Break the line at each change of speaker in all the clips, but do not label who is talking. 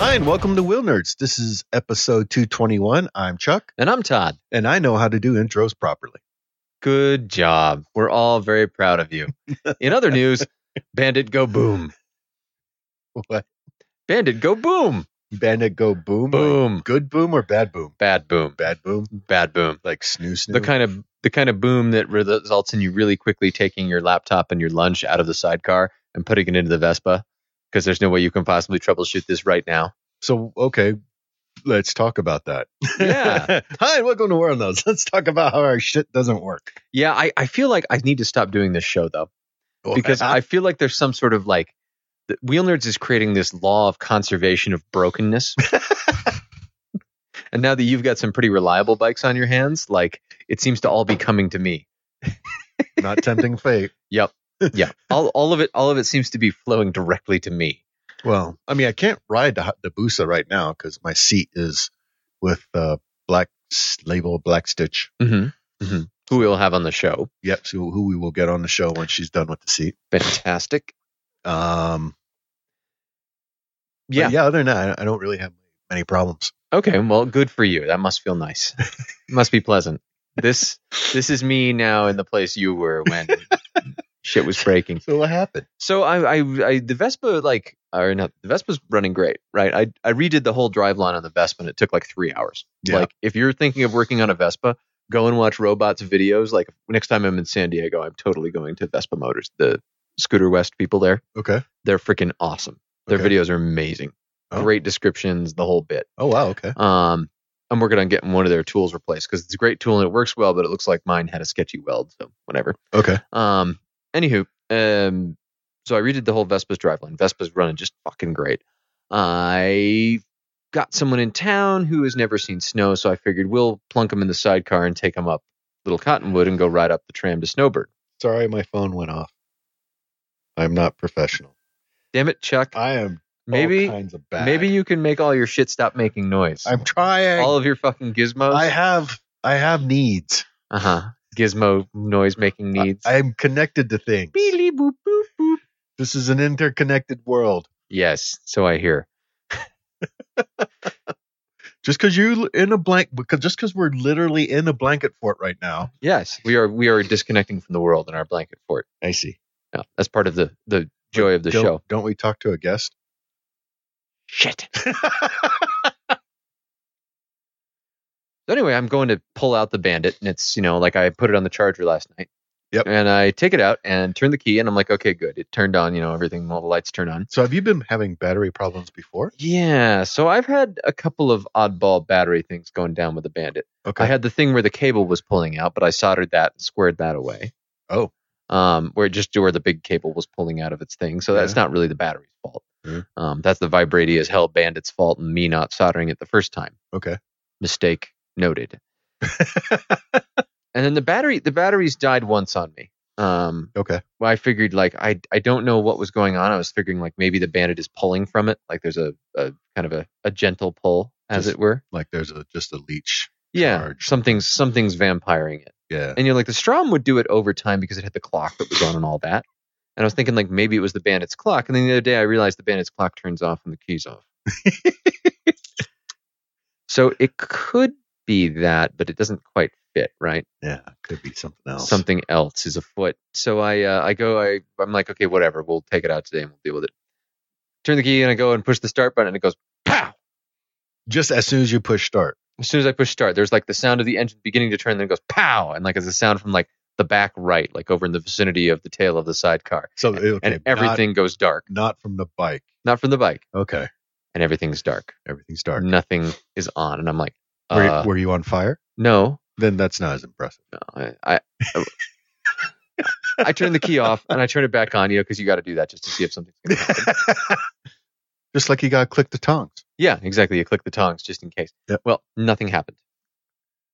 and welcome to Wheel Nerds. This is episode 221. I'm Chuck,
And I'm Todd.
and I know how to do intros properly.
Good job. We're all very proud of you. In other news, Bandit Go Boom.
What?
Bandit Go Boom.
Bandit go boom?
Boom.
Like good boom or bad boom?
Bad boom.
Bad boom?
Bad boom.
Like snoo snoo?
The kind of the kind of boom that results in you really quickly taking your laptop and your lunch out of the sidecar and putting it into the Vespa because there's no way you can possibly troubleshoot this right now.
so, okay, let's talk about that.
Yeah.
Hi, and welcome to World Nerds. Let's talk about how our shit doesn't work.
Yeah, I, I feel like I need to stop doing this show though. because I feel like there's some sort of like the- Wheel Nerds is creating this law of conservation of brokenness. and now that you've got some pretty reliable bikes on your hands, like it seems to all be coming to me.
not tempting fate.
Yeah, all all of it, all of it seems to be flowing directly to me.
Well, I mean, I can't ride the, the Busa right now because my seat is with uh, black s- label black stitch.
Mm-hmm. Mm-hmm. Who we'll have on the show?
Yep, so who we will get on the show when she's done with the seat.
Fantastic.
Um, but
Yeah.
yeah. Other than that, I- I don't really have many problems.
Okay. Well, good for you. That must feel nice. must be pleasant. This this is me now in the place you were when shit was breaking.
So what happened?
So I, I, I the Vespa like or not the Vespa's running great, right? I I redid the whole drive line on the Vespa and it took like three hours.
Yeah.
Like if you're thinking of working on a Vespa, go and watch robots videos. Like next time I'm in San Diego, I'm totally going to Vespa Motors, the Scooter West people there.
Okay.
They're freaking awesome. Their
Okay.
videos are amazing.
Oh.
Great descriptions, the whole bit.
Oh wow. Okay.
Um, I'm working on getting one of their tools replaced because it's a great tool and it works well, but it looks like mine had a sketchy weld, so whatever.
Okay.
Um. Anywho, um. So I redid the whole Vespa's driveline. Vespa's running just fucking great. I got someone in town who has never seen snow, so I figured we'll plunk him in the sidecar and take him up Little Cottonwood and go ride up the tram to Snowbird.
Sorry, my phone went off. I'm not professional.
Damn it, Chuck.
I am
Maybe
all kinds of bad.
maybe you can make all your shit stop making noise.
I'm trying.
all of your fucking gizmos.
I have I have needs.
uh huh. Gizmo noise making needs.
I am connected to things.
Beely boop boop boop.
This is an interconnected world.
Yes, so I hear.
Just because you're in a blank, because just because we're literally in a blanket fort right now.
Yes, we are we are disconnecting from the world in our blanket fort.
I see.
No, Oh, that's part of the the joy of the
don't,
show.
Don't we talk to a guest?
Shit. So anyway, I'm going to pull out the bandit, and it's you know like I put it on the charger last night.
Yep.
And I take it out and turn the key, and I'm like, okay, good. It turned on. You know, everything, all the lights turn on.
so have you been having battery problems before?
Yeah. So I've had a couple of oddball battery things going down with the bandit.
Okay.
I had the thing where the cable was pulling out, but I soldered that and squared that away.
Oh.
Um, where it just where the big cable was pulling out of its thing. So
Yeah.
that's
Mm-hmm.
not really the battery's fault.
Yeah.
Um, that's the vibrati as hell bandit's fault and me not soldering it the first time.
okay.
Mistake noted. and then the battery the batteries died once on me. Um,
Okay.
well, I figured like I I don't know what was going on. I was figuring like maybe the bandit is pulling from it. Like there's a, a kind of a, a gentle pull, as
Just-
it were.
Like there's a just a leech.
Yeah.
charge.
Something's something's vampiring it.
Yeah.
And you're like, the Strom would do it over time because it had the clock that was on and all that. And I was thinking like maybe it was the bandit's clock. And then the other day I realized the bandit's clock turns off and the key's off. so it could be that, but it doesn't quite fit, right?
Yeah. Could be something else.
Something else is afoot. So I uh, I go I I'm like, okay, whatever, we'll take it out today and we'll deal with it. Turn the key and I go and push the start button and it goes pow.
Just as soon as you push start.
as soon as I push start, there's like the sound of the engine beginning to turn, then it goes pow, and like it's a sound from like the back right, like over in the vicinity of the tail of the sidecar,
So okay,
and everything goes dark.
not, not from the bike.
Not from the bike,
Okay.
and everything's dark.
Everything's dark.
Nothing is on, and I'm like,
were,
uh,
you, were you on fire?
no,
Then that's not as impressive.
no, I. I I turn the key off and I turn it back on, you know, because you got to do that just to see if something's going to happen.
Just like you got to click the tongs.
yeah, exactly. You click the tongs just in case.
Yep.
Well, nothing happened,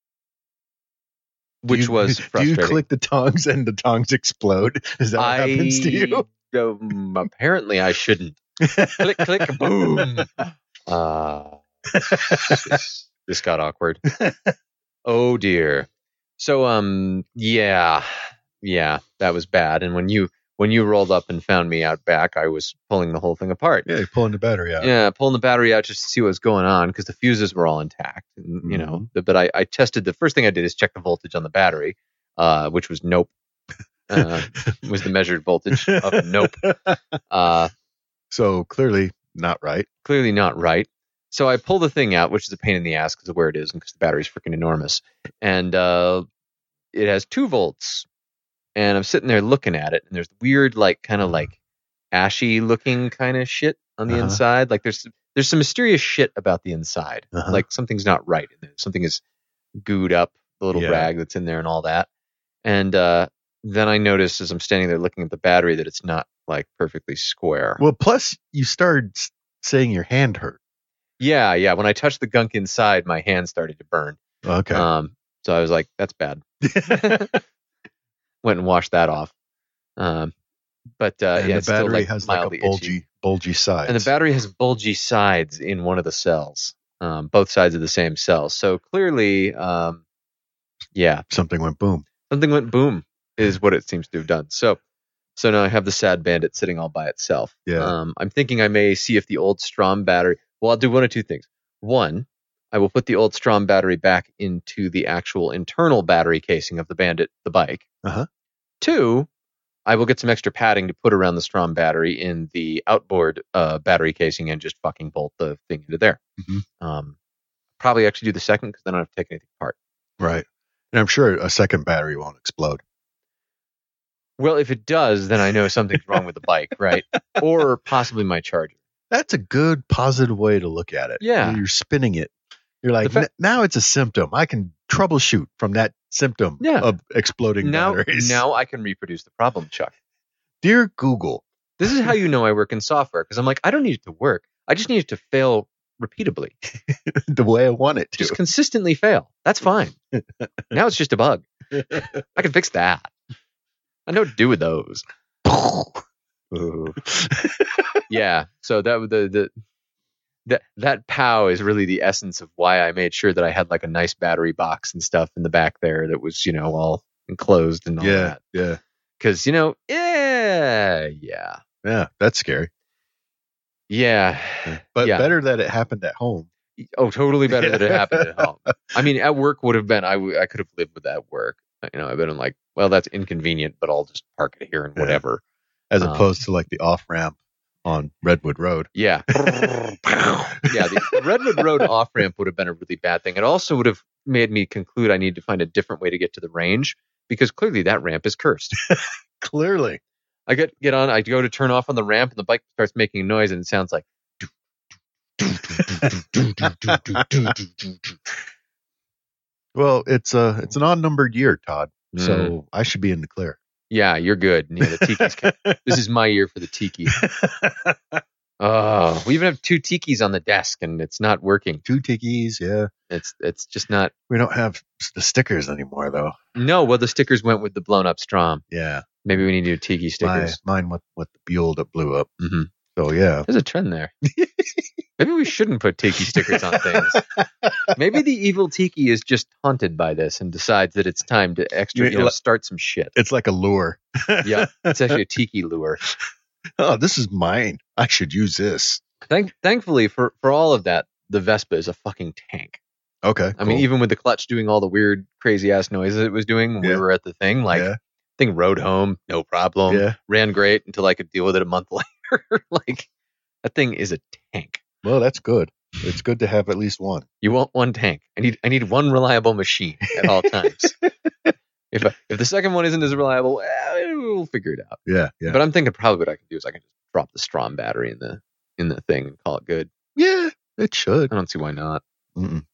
Do
which
you-
was frustrating.
Do you click the tongs and the tongs explode? Is that what happens to you?
um, apparently, I shouldn't. click, click, boom. Uh, this, this got awkward. Oh dear. So, um, yeah, yeah, that was bad. And when you when you rolled up and found me out back, I was pulling the whole thing apart.
Yeah, you're pulling the battery out.
Yeah, pulling the battery out just to see what was going on because the fuses were all intact. And, You know, but I, I tested the first thing I did is check the voltage on the battery, uh, which was nope. Uh, was the measured voltage of nope. Uh,
So clearly not right.
clearly not right. So I pull the thing out, which is a pain in the ass because of where it is and because the battery's freaking enormous. And uh, it has two volts. And I'm sitting there looking at it, and there's weird, like, kind of like ashy looking kind of shit on the
Mm-hmm. Uh-huh.
inside. Like, there's there's some mysterious shit about the inside.
Uh-huh.
Like, something's not right in there. Something is gooed up, the little
Yeah.
rag that's in there and all that. And uh, then I notice as I'm standing there looking at the battery that it's not, like, perfectly square.
Well, plus you started s- saying your hand hurt.
Yeah, yeah. When I touched the gunk inside, my hand started to burn.
Okay.
Um, so I was like, "That's bad." Went and washed that off. Um, but uh,
and
yeah,
the
it's
battery
still, like,
has like
mildly
a
itchy.
bulgy, bulgy side.
and the battery has bulgy sides in one of the cells, um, both sides of the same cell. So clearly, um, yeah,
Something went boom.
something went boom is what it seems to have done. So, so now I have the sad bandit sitting all by itself.
Yeah.
Um, I'm thinking I may see if the old Strom battery. Well, I'll do one of two things. One, I will put the old Strom battery back into the actual internal battery casing of the Bandit, the bike.
Uh-huh.
Two, I will get some extra padding to put around the Strom battery in the outboard uh, battery casing and just fucking bolt the thing into there.
Mhm.
Um, probably actually do the second because then I don't have to take anything apart.
Right. And I'm sure a second battery won't explode.
Well, if it does, then I know something's wrong with the bike, right? Or possibly my charger.
That's a good positive way to look at it.
Yeah.
You're spinning it. You're like,
The fa-
"N- now it's a symptom. I can troubleshoot from that symptom
Yeah.
of exploding
Now,
batteries.
now I can reproduce the problem, Chuck.
Dear Google,
This is how you know I work in software because I'm like, I don't need it to work. I just need it to fail repeatably.
the way I want it to.
Just consistently fail. That's fine. now it's just a bug. I can fix that. I know what to do with those. Yeah. So that the the that that pow is really the essence of why I made sure that I had like a nice battery box and stuff in the back there that was you know all enclosed and all
yeah.
that
Yeah.
because you know yeah yeah
Yeah. That's scary.
yeah
But
Yeah.
better that it happened at home.
Oh, totally better that it happened at home. I mean, at work would have been I, w- I could have lived with that work. Uh, You know, I've been like, well, that's inconvenient, but I'll just park it here and
Yeah.
whatever.
as
Um,
opposed to like the off ramp on Redwood Road.
Yeah, yeah. The Redwood Road off ramp would have been a really bad thing. It also would have made me conclude I need to find a different way to get to the range because clearly that ramp is cursed.
Clearly.
I get get on, I go to turn off on the ramp, and the bike starts making a noise, and it sounds like.
Well, it's a it's an odd numbered year, Todd.
Mm.
So I should be in the clear.
yeah, you're good. Yeah, the tiki's ca- this is my year for the tiki. Oh, we even have two tikis on the desk, and it's not working.
Two tickies, yeah.
It's it's just not.
We don't have the stickers anymore, though.
No, well, the stickers went with the blown up Strom.
Yeah,
Maybe we need new tiki
my,
stickers.
mine with with the Buell that blew up.
Mhm.
So yeah,
There's a trend there. Maybe we shouldn't put tiki stickers on things. Maybe the evil tiki is just haunted by this and decides that it's time to extra,
You-
you know, start some shit.
it's like a lure.
Yeah, it's actually a tiki lure.
Oh, this is mine. I should use this.
Thank, thankfully, for for all of that, the Vespa is a fucking tank.
Okay.
I mean,
cool.
even with the clutch doing all the weird, crazy ass noises it was doing when
Yeah.
we were at the thing, like um,
Yeah.
thing rode home, no problem.
yeah.
Ran great until I could deal with it a month later. like that thing is a tank.
Well, that's good. It's good to have at least one.
You want one tank. I need I need one reliable machine at all times. if I, if the second one isn't as reliable, eh, we'll figure it out.
Yeah. Yeah.
But I'm thinking probably what I can do is I can just drop the Strom battery in the in the thing and call it good.
yeah. It should.
I don't see why not.
Mm-mm.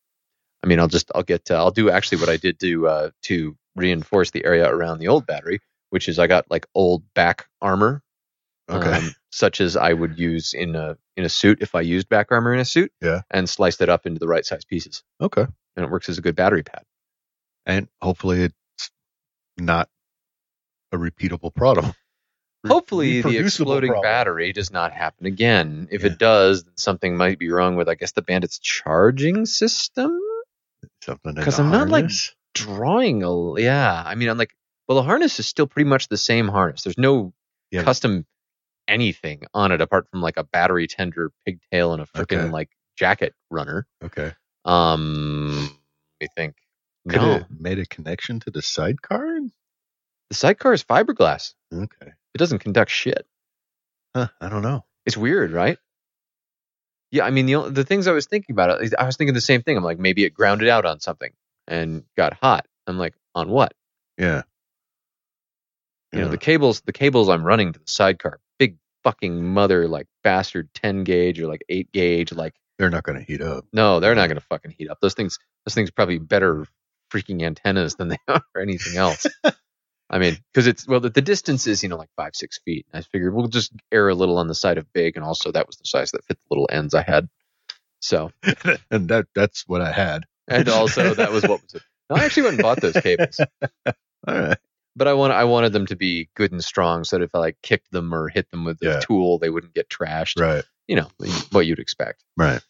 I mean, I'll just I'll get uh, I'll do actually what I did do uh, to reinforce the area around the old battery, which is I got like old back armor,
Okay.
um, such as I would use in a in a suit if I used back armor in a suit,
Yeah.
and sliced it up into the right size pieces,
okay.
and it works as a good battery pad.
and hopefully it's not a repeatable problem.
Hopefully, the
Reproducible
exploding
problem.
battery does not happen again. If
Yeah.
it does, then something might be wrong with I guess the bandit's charging system.
Something
'Cause I'm not, like- drawing a yeah i mean i'm like well the harness is still pretty much the same harness there's no
Yeah.
custom anything on it apart from like a battery tender pigtail and a freaking
Okay.
like jacket runner.
Okay.
Um, let me think.
Could
no,
it made a connection to the sidecar?
the sidecar is fiberglass.
Okay.
It doesn't conduct shit.
Huh, I don't know.
It's weird, right? Yeah, I mean the o- the things I was thinking about, I was thinking the same thing. I'm like, maybe it grounded out on something and got hot. I'm like, on what?
Yeah.
You know, the cables, the cables I'm running to the sidecar, big fucking mother, like bastard, ten gauge or like eight gauge, like
they're not going to heat up.
no, they're not gonna fucking heat up. Those things, those things probably better freaking antennas than they are anything else. I mean, because it's well, the, the distance is you know like five six feet. And I figured we'll just err a little on the side of big, and also that was the size that fit the little ends I had. So
and that that's what I had.
and also that was what was it. No, I actually went and bought those cables,
All right.
but I want I wanted them to be good and strong, so that if I like kicked them or hit them with a
Yeah.
tool, they wouldn't get trashed.
Right.
You know what you'd expect.
Right.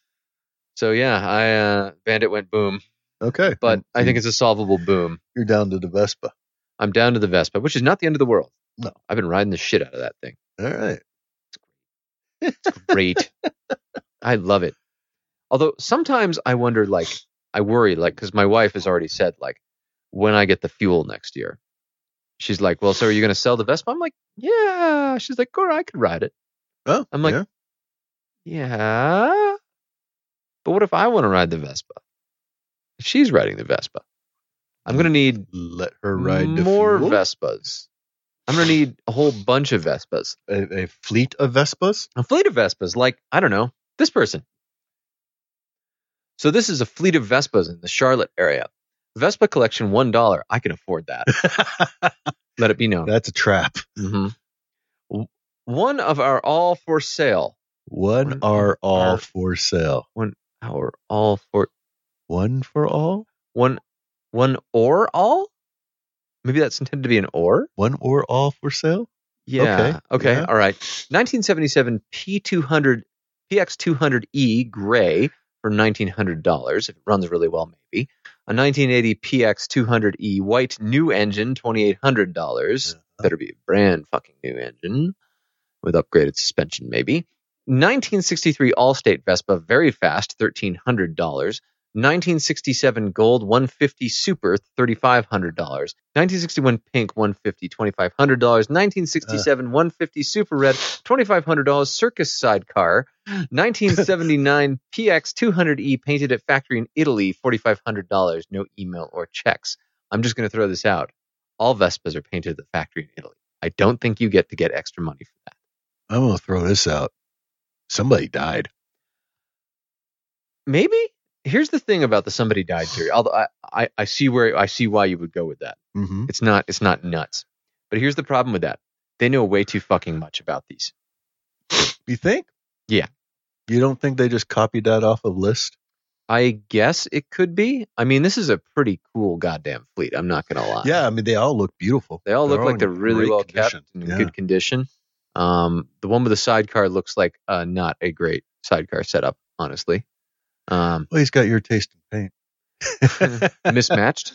So yeah, I uh, Bandit went boom,
Okay.
but I think it's a solvable boom.
you're down to the Vespa.
I'm down to the Vespa, which is not the end of the world.
No.
I've been riding the shit out of that thing.
All right.
Great. I love it. Although sometimes I wonder, like, I worry, like, because my wife has already said, like, when I get the fuel next year, she's like, well, so are you going to sell the Vespa? I'm like, yeah. She's like, or I could ride it.
Oh,
I'm like-
yeah.
Yeah. But what if I want to ride the Vespa? If she's riding the Vespa, I'm going to need
let her ride the
more
fuel?
Vespas. I'm going to need a whole bunch of Vespas.
a, a fleet of Vespas.
A fleet of Vespas, like, I don't know, this person. So this is a fleet of Vespas in the Charlotte area. Vespa collection, $1. I can afford that. Let it be known.
That's a trap.
Mhm. W- One of our all for sale.
One are all
Are-
for sale.
Our all for
One for all.
one one or all? Maybe that's intended to be an or?
One or all for sale.
Yeah. Okay.
yeah.
All right. 1977 P200 PX200E E gray for $1900 if it runs really well maybe. A 1980 PX200E E white new engine $2800. Better be a brand fucking new engine with upgraded suspension maybe. 1963 Allstate Vespa very fast $1300. 1967 gold 150 super $3500 1961 pink 150 $2500 1967 150 super red $2500 circus sidecar 1979 px 200e E painted at factory in italy $4500 no email or checks i'm just going to throw this out all vespas are painted at the factory in italy i don't think you get to get extra money for that
I'm gonna throw this out. Somebody died.
maybe here's the thing about the somebody died theory although i, I, I see where i see why you would go with that
Mm-hmm.
It's not it's not nuts. But here's the problem with that. They know way too fucking much about these.
You think?
Yeah.
You don't think they just copied that off of list?
I guess it could be. I mean, this is a pretty cool goddamn fleet, I'm not gonna lie.
Yeah, I mean they all look beautiful.
Uh, They all look
all
like
in
they're really
great
well
condition.
kept and in
Yeah.
good condition. Um the one with the sidecar looks like uh not a great sidecar setup, honestly. Um
Well, he's got your taste in paint.
mismatched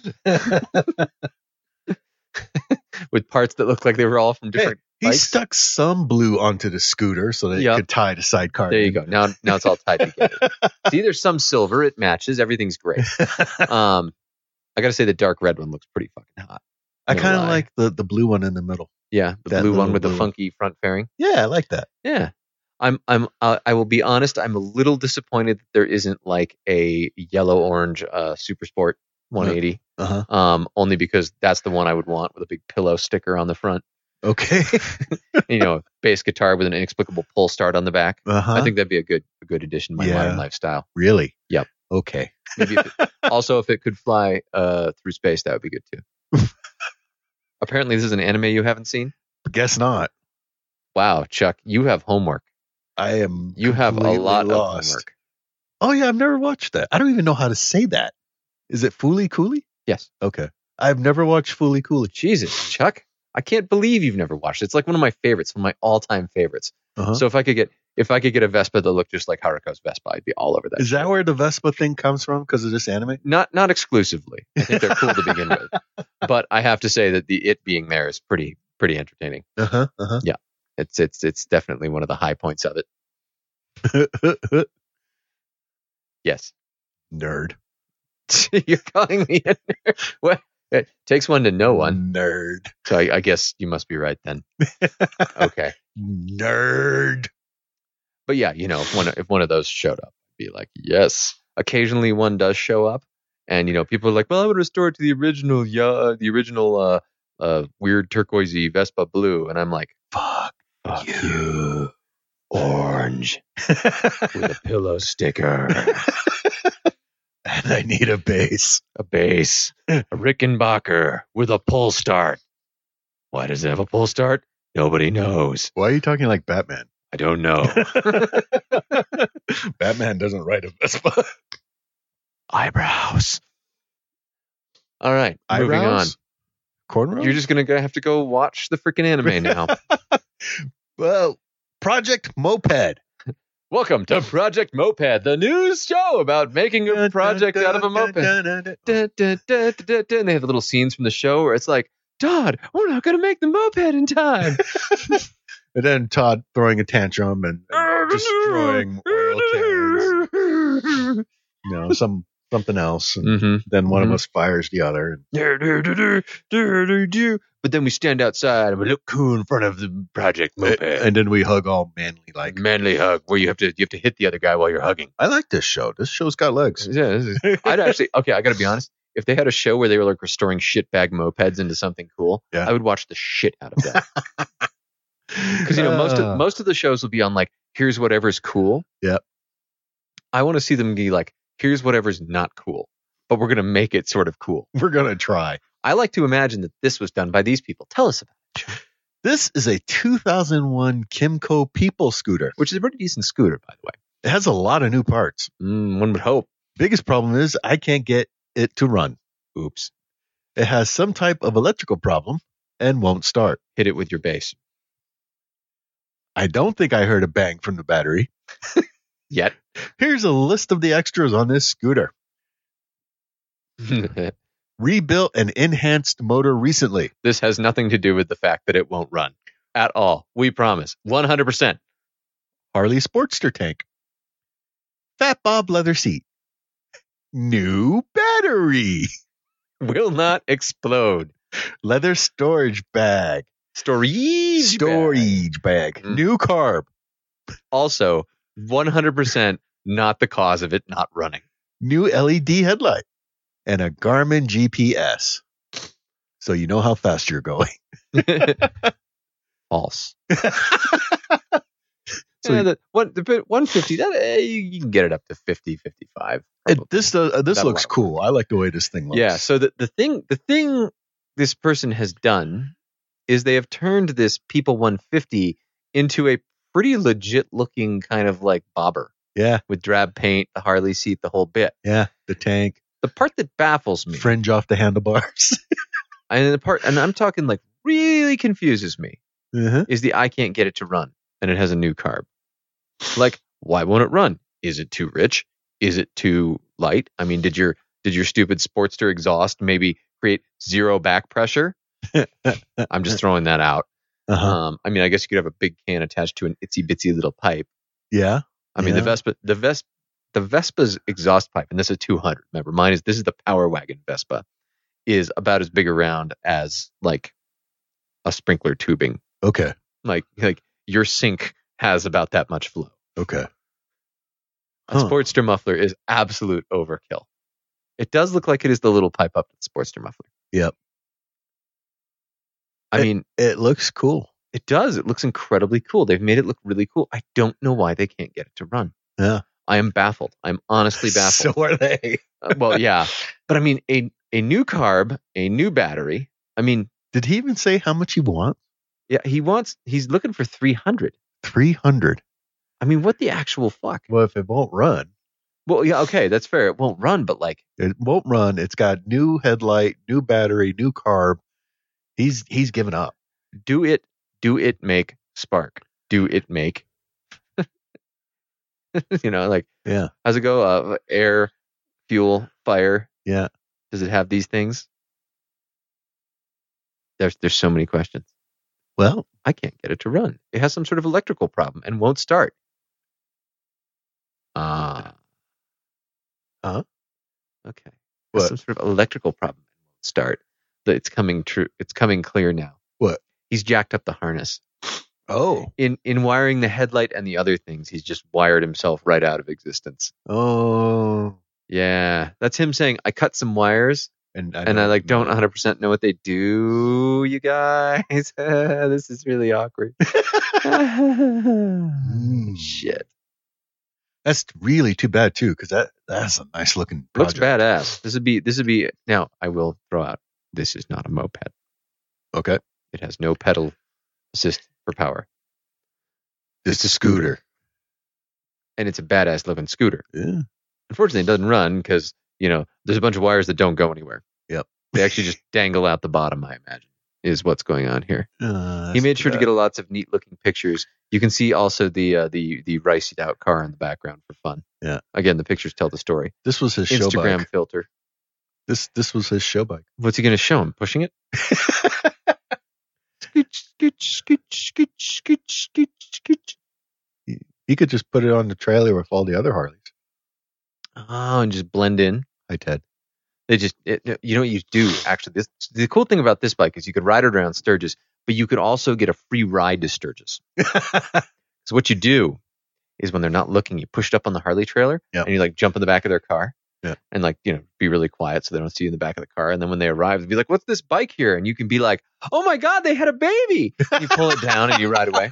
with parts that look like they were all from different
he
Bikes?
stuck some blue onto the scooter so that
Yeah.
it could tie the sidecar.
There you
in.
go. Now now it's all tied together. See, there's some silver, it matches, everything's great. Um, I gotta say the dark red one looks pretty fucking hot.
I
No
kind of
lie.
like the, the blue one in the middle.
Yeah, the
That
blue one
little
with the
blue one.
funky front fairing.
Yeah, I like that.
Yeah, I'm I'm uh, I will be honest. I'm a little disappointed that there isn't like a yellow orange uh super sport 180.
Uh huh.
Um, only because that's the one I would want with a big pillow sticker on the front.
Okay.
you know, bass guitar with an inexplicable pull start on the back.
Uh huh.
I think that'd be a good a good addition to my
Yeah.
modern lifestyle.
really.
Yep.
Okay.
Maybe if it, also, if it could fly uh, through space, that would be good too. Apparently, this is an anime you haven't seen.
Guess not.
Wow, Chuck, you have homework.
I am.
You have a
completely
lot
lost.
of homework.
Oh yeah, I've never watched that. I don't even know how to say that. Is it Fooly Cooley?
Yes.
Okay. I've never watched Fooly Cooley.
Oh, Jesus, Chuck, I can't believe you've never watched it. It's like one of my favorites, one of my all-time favorites.
Uh-huh.
So if I could get if I could get a Vespa that looked just like Haruko's Vespa, I'd be all over that.
Is that
shit.
where the Vespa thing comes from? Because of this anime?
not not exclusively. I think they're cool to begin with, but I have to say that the it being there is pretty pretty entertaining.
Uh huh. Uh huh.
It's it's it's definitely one of the high points of it. Yes,
Nerd.
you're calling me a nerd. What? It takes one to know one.
Nerd.
So I, I guess you must be right then. okay,
Nerd.
but yeah, you know, if one if one of those showed up, I'd be like, yes. Occasionally, one does show up, and you know, people are like, well, I would restore it to the original, yeah, uh, the original uh, uh, weird turquoisey Vespa blue, and I'm like,
Fuck
Fuck
you. Orange.
with a pillow sticker.
and I need a bass.
a bass, a Rickenbacker with a pull start. Why does it have a pull start? Nobody knows.
Why are you talking like Batman?
I don't know.
Batman doesn't ride a Vespa.
Eyebrows. All right, moving on.
Cornrows?
You're just gonna gonna have to go watch the freaking anime now.
well, Project Moped.
Welcome to Project Moped, the news show about making a project out of a moped. Da, da, da, da, da, da. And they have the little scenes from the show where it's like, Todd, we're not gonna make the moped in time.
And then Todd throwing a tantrum and,
Ah.
and destroying oil cans. You know, some something else. And
hmm
then one
Mhm.
of us fires the other. And
Mm-hmm. But then we stand outside and we look cool in front of the project moped.
eh, and then we hug all manly
like
like.
manly hug where you have to you have to hit the other guy while you're hugging.
I like this show. This show's got legs.
Yeah, this is- I'd actually okay. I gotta be honest. If they had a show where they were like restoring shitbag mopeds into something cool,
Yeah.
I would watch the shit out of that. Because you know most
Ah.
of most of the shows will be on like here's whatever's cool.
Yeah.
I want to see them be like here's whatever's not cool, but we're gonna make it sort of cool.
we're gonna try.
I like to imagine that this was done by these people. Tell us about,
This is a 2001 Kimco People scooter.
it, which is a pretty decent scooter, by the way.
It has a lot of new parts.
Mm, one would hope.
Biggest problem is I can't get it to run.
Oops,
It has some type of electrical problem and won't start.
hit it with your base
I don't think I heard a bang from the battery.
yet.
Here's a list of the extras on this scooter. Rebuilt and enhanced motor recently.
This has nothing to do with the fact that it won't run at all. We promise. 100%.
Harley Sportster tank. Fat Bob leather seat. New battery.
Will not explode.
Leather storage bag.
Storage.
Storage bag.
Mm.
New carb.
Also, 100% not the cause of it not running.
New LED headlight. And a Garmin GPS. So you know how fast you're going.
False.
So
yeah,
you-
that, one, the bit- 150, that, eh, you, you can get it up to 50, 55.
It, this uh, this
That'll
looks
work.
cool. I like the way this thing looks.
Yeah. So the, the thing the thing this person has done is they have turned this People 150 into a pretty legit looking kind of like bobber
Yeah.
with drab paint, the Harley seat, the whole bit.
Yeah. The tank,
The part that baffles me,
fringe off the handlebars.
and the part, and I'm talking like really confuses me,
uh-huh.
is the I can't get it to run, and it has a new carb. Like, why won't it run? Is it too rich? Is it too light? I mean, did your did your stupid Sportster exhaust maybe create zero back pressure? I'm just throwing that out.
Uh-huh.
Um, I mean, I guess you could have a big can attached to an itsy bitsy little pipe.
Yeah.
I mean, the
Yeah.
Vespa, the Vespa, the Vespa's exhaust pipe, and this is 200. Remember, mine is this is the Power Wagon Vespa, is about as big around as like a sprinkler tubing.
Okay.
Like like your sink has about that much flow.
Okay.
A
Huh.
Sportster muffler is absolute overkill. It does look like it is the little pipe up to the Sportster muffler.
Yep.
I mean,
It looks cool.
It does. It looks incredibly cool. They've made it look really cool. I don't know why they can't get it to run.
Yeah.
I am baffled. I'm honestly baffled.
So are they.
Uh, well, yeah. But I mean, a, a new carb, a new battery. I mean,
Did he even say how much he wants?
yeah, he wants, he's looking for 300.
300.
I mean, what the actual fuck?
Well, if it won't run,
Well, yeah, okay, that's fair. It won't run, but like,
it won't run. It's got new headlight, new battery, new carb. He's he's giving up.
do it, do it make spark? Do it make, you know, like,
Yeah.
how's it go? Uh, air, fuel, fire,
Yeah.
Does it have these things? There's there's so many questions.
Well,
I can't get it to run. It has some sort of electrical problem and won't start. Ah. Uh-huh.
Huh?
Okay. It has
What?
Some sort of electrical problem and won't start. But It's coming true. It's coming clear now.
What?
He's jacked up the harness.
Oh.
In in wiring the headlight and the other things, he's just wired himself right out of existence.
Oh.
Yeah. That's him saying, I cut some wires
And
and I like don't uh, 100% know what they do, you guys. this is really awkward.
Mm.
Shit.
That's really too bad too, because that that's a nice looking.
Looks
Project.
badass. This would be this would be now I will throw out this is not a moped.
Okay.
It has no pedal assist for power.
It's, a scooter.
And it's a badass looking scooter.
Yeah.
Unfortunately it doesn't run because, you know, there's a bunch of wires that don't go anywhere.
Yep.
They actually just dangle out the bottom, I imagine, is what's going on here.
Uh,
he
that's
made sure
too
to get lots of neat looking pictures. You can see also the uh, the the riced out car in the background for fun.
Yeah.
Again, the pictures tell the story.
bad. This was his show
Instagram
bike.
filter.
This this was his show bike.
What's he going to show him? Pushing it. scooch, scooch, scooch, scooch, scooch, scooch, scooch.
He could just put it on the trailer with all the other Harleys.
Oh, and just blend in.
Hi Ted.
They just it, you know what you do actually. This the cool thing about this bike is you could ride it around Sturgis, but you could also get a free ride to Sturgis. So what you do is when they're not looking, you push it up on the Harley trailer
Yep.
and you like jump in the back of their car.
Yeah.
And like, you know, be really quiet so they don't see you in the back of the car. And then when they arrive, they'll be like, What's this bike here? And you can be like, Oh my God, they had a baby. And you pull it down and you ride away.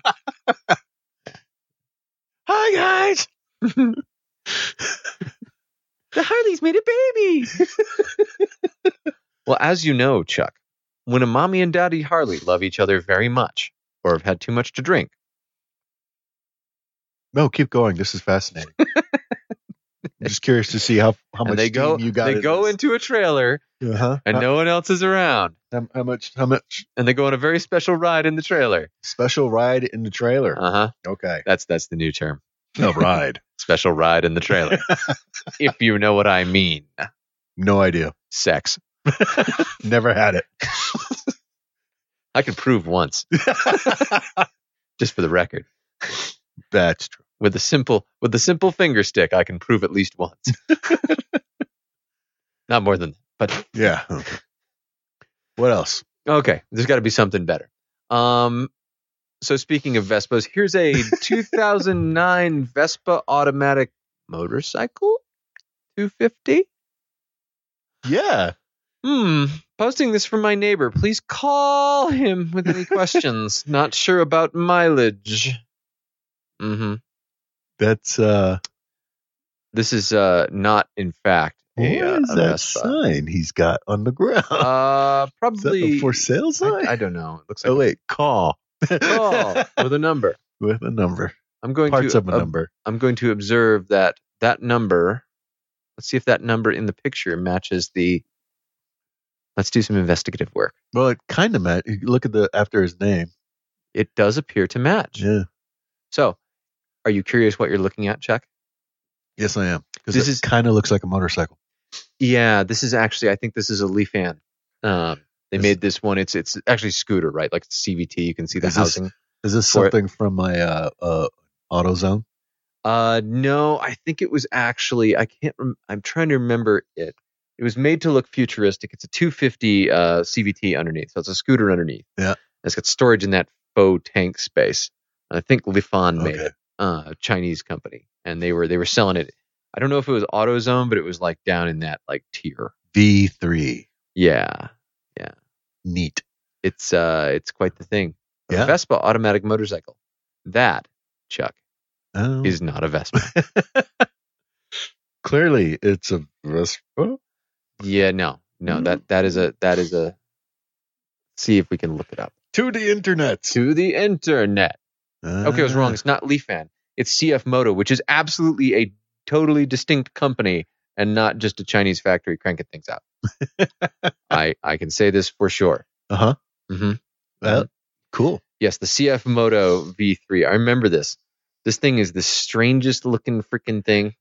Hi guys.
The Harley's made a baby. well, as you know, Chuck, when a mommy and daddy Harley love each other very much or have had too much to drink,
No, keep going. This is fascinating. I'm just curious to see how how much
and they
steam
go
you got.
they go into a trailer
into uh-huh.
and
how,
no one else is around.
how, how much how much
And they go on a very special ride in the trailer.
special ride in the trailer.
Uh-huh.
okay.
That's that's the new term.
No ride.
Special ride in the trailer. if you know what I mean.
No idea.
Sex.
Never had it.
I could prove once, just for the record.
That's true.
With a simple with a simple finger stick, I can prove at least once. Not more than that. But
Yeah. What else?
okay, there's gotta be something better. Um so speaking of Vespas, here's a 2009 Vespa automatic motorcycle 250.
Yeah.
Hmm. Posting this from my neighbor. Please call him with any questions. Not sure about mileage. Mm-hmm.
That's uh
This is uh not in fact
what
a, uh,
is
a
that
Vespa.
sign he's got on the ground? is
Uh,
that a
probably.
for sale sign?
I, I don't know. It looks like
oh wait, call.
a call with a number.
With a number.
I'm going
Parts
to
of a
ob-
number.
I'm going to observe that that number. Let's see if that number in the picture matches the. Let's do some investigative work.
Well, it kind of match. Look at the after his name.
It does appear to match.
Yeah.
So, are you curious what you're looking at, Chuck?
Yes, I am. Because
This
this
is-
kind of looks like a motorcycle.
Yeah, this is actually I think this is a Lee fan. Um, they
This-
made this one. It's it's actually scooter, right? Like CVT. You can see the
This is-
housing.
Is this
Or-
something from my uh, uh, AutoZone?
Uh, no, I think it was actually I can't. Rem- I'm trying to remember it. It was made to look futuristic. It's a 250 uh, CVT underneath, so it's a scooter underneath.
Yeah.
And it's got storage in that faux tank space. And I think Lifan made
Okay.
it, uh, a Chinese company, and they were they were selling it. I don't know if it was AutoZone, but it was like down in that like tier.
V3.
Yeah.
Neat.
it's uh it's quite the thing. A
Yeah.
Vespa automatic motorcycle. That, Chuck,
Oh.
is not a Vespa.
Clearly, it's a Vespa.
oh, yeah, no. No, that that is a that is a see if we can look it up.
To the internet.
To the internet. Okay, I was
Uh.
wrong. It's not Leafan. It's CF Moto, which is absolutely a totally distinct company and not just a Chinese factory cranking things out. I I can say this for sure.
Uh huh.
Mhm.
Well, cool.
Yes, the CF Moto V3. I remember this. This thing is the strangest looking freaking thing.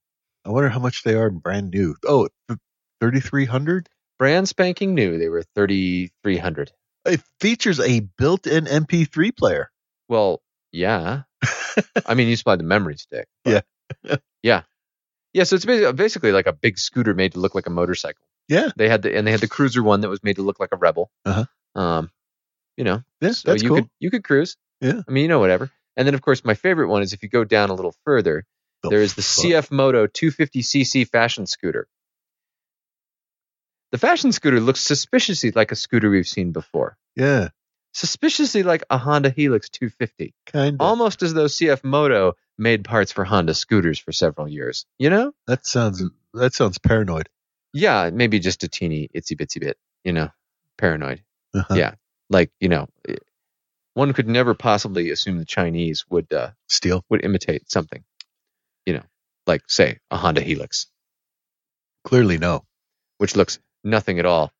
I wonder how much they are brand new. Oh, 3300
brand spanking new. They were thirty three hundred.
it features a built-in MP3 player.
Well, yeah. I mean, you supplied the memory stick. but- yeah. Yeah. So it's basically, basically like a big scooter made to look like a motorcycle.
Yeah.
They had the, and they had the cruiser one that was made to look like a rebel.
Uh-huh.
Um, you know,
Yeah,
so
that's
oh, you
cool.
could you could cruise.
Yeah.
I mean, you know, whatever. And then of course, my favorite one is if you go down a little further, there is the
Oh, fuck?
CF Moto 250cc fashion scooter. The fashion scooter looks suspiciously like a scooter we've seen before.
Yeah,
Suspiciously like a Honda Helix 250
kind of.
almost as though CF Moto made parts for Honda scooters for several years. You know?
That sounds that sounds paranoid.
Yeah, maybe just a teeny itsy bitsy bit. You know, paranoid.
Uh-huh.
Yeah. Like you know, it- one could never possibly assume the Chinese would uh,
Steel.
would imitate something. You know, like say a Honda Helix,
Clearly, no,
which looks nothing at all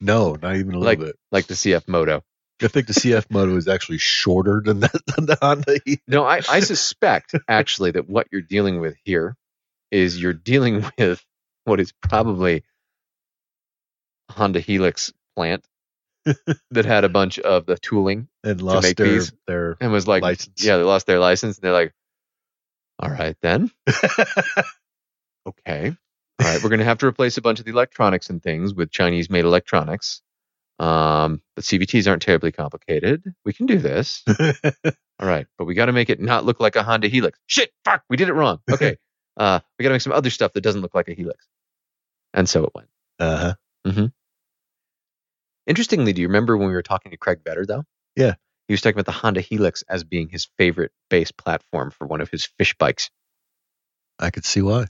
no, not even a little
Like-
bit.
like the CF Moto.
I think the CF moto is actually shorter than that than the Honda. E.
No, I, I suspect actually that what you're dealing with here is you're dealing with what is probably a Honda Helix plant that had a bunch of the tooling
And lost
make
their
these.
their.
and was like,
License.
yeah, they lost their license and they're like, all right then, okay, all right, we're gonna have to replace a bunch of the electronics and things with Chinese-made electronics. Um, but CVTs aren't terribly complicated. We can do this. All right, but we got to make it not look like a Honda Helix. Shit, fuck, we did it wrong. Okay, uh, we got to make some other stuff that doesn't look like a Helix. And so it went.
uh-huh.
Interestingly, do you remember when we were talking to Craig Vetter though?
Yeah.
he was talking about the Honda Helix as being his favorite base platform for one of his fish bikes.
I could see why.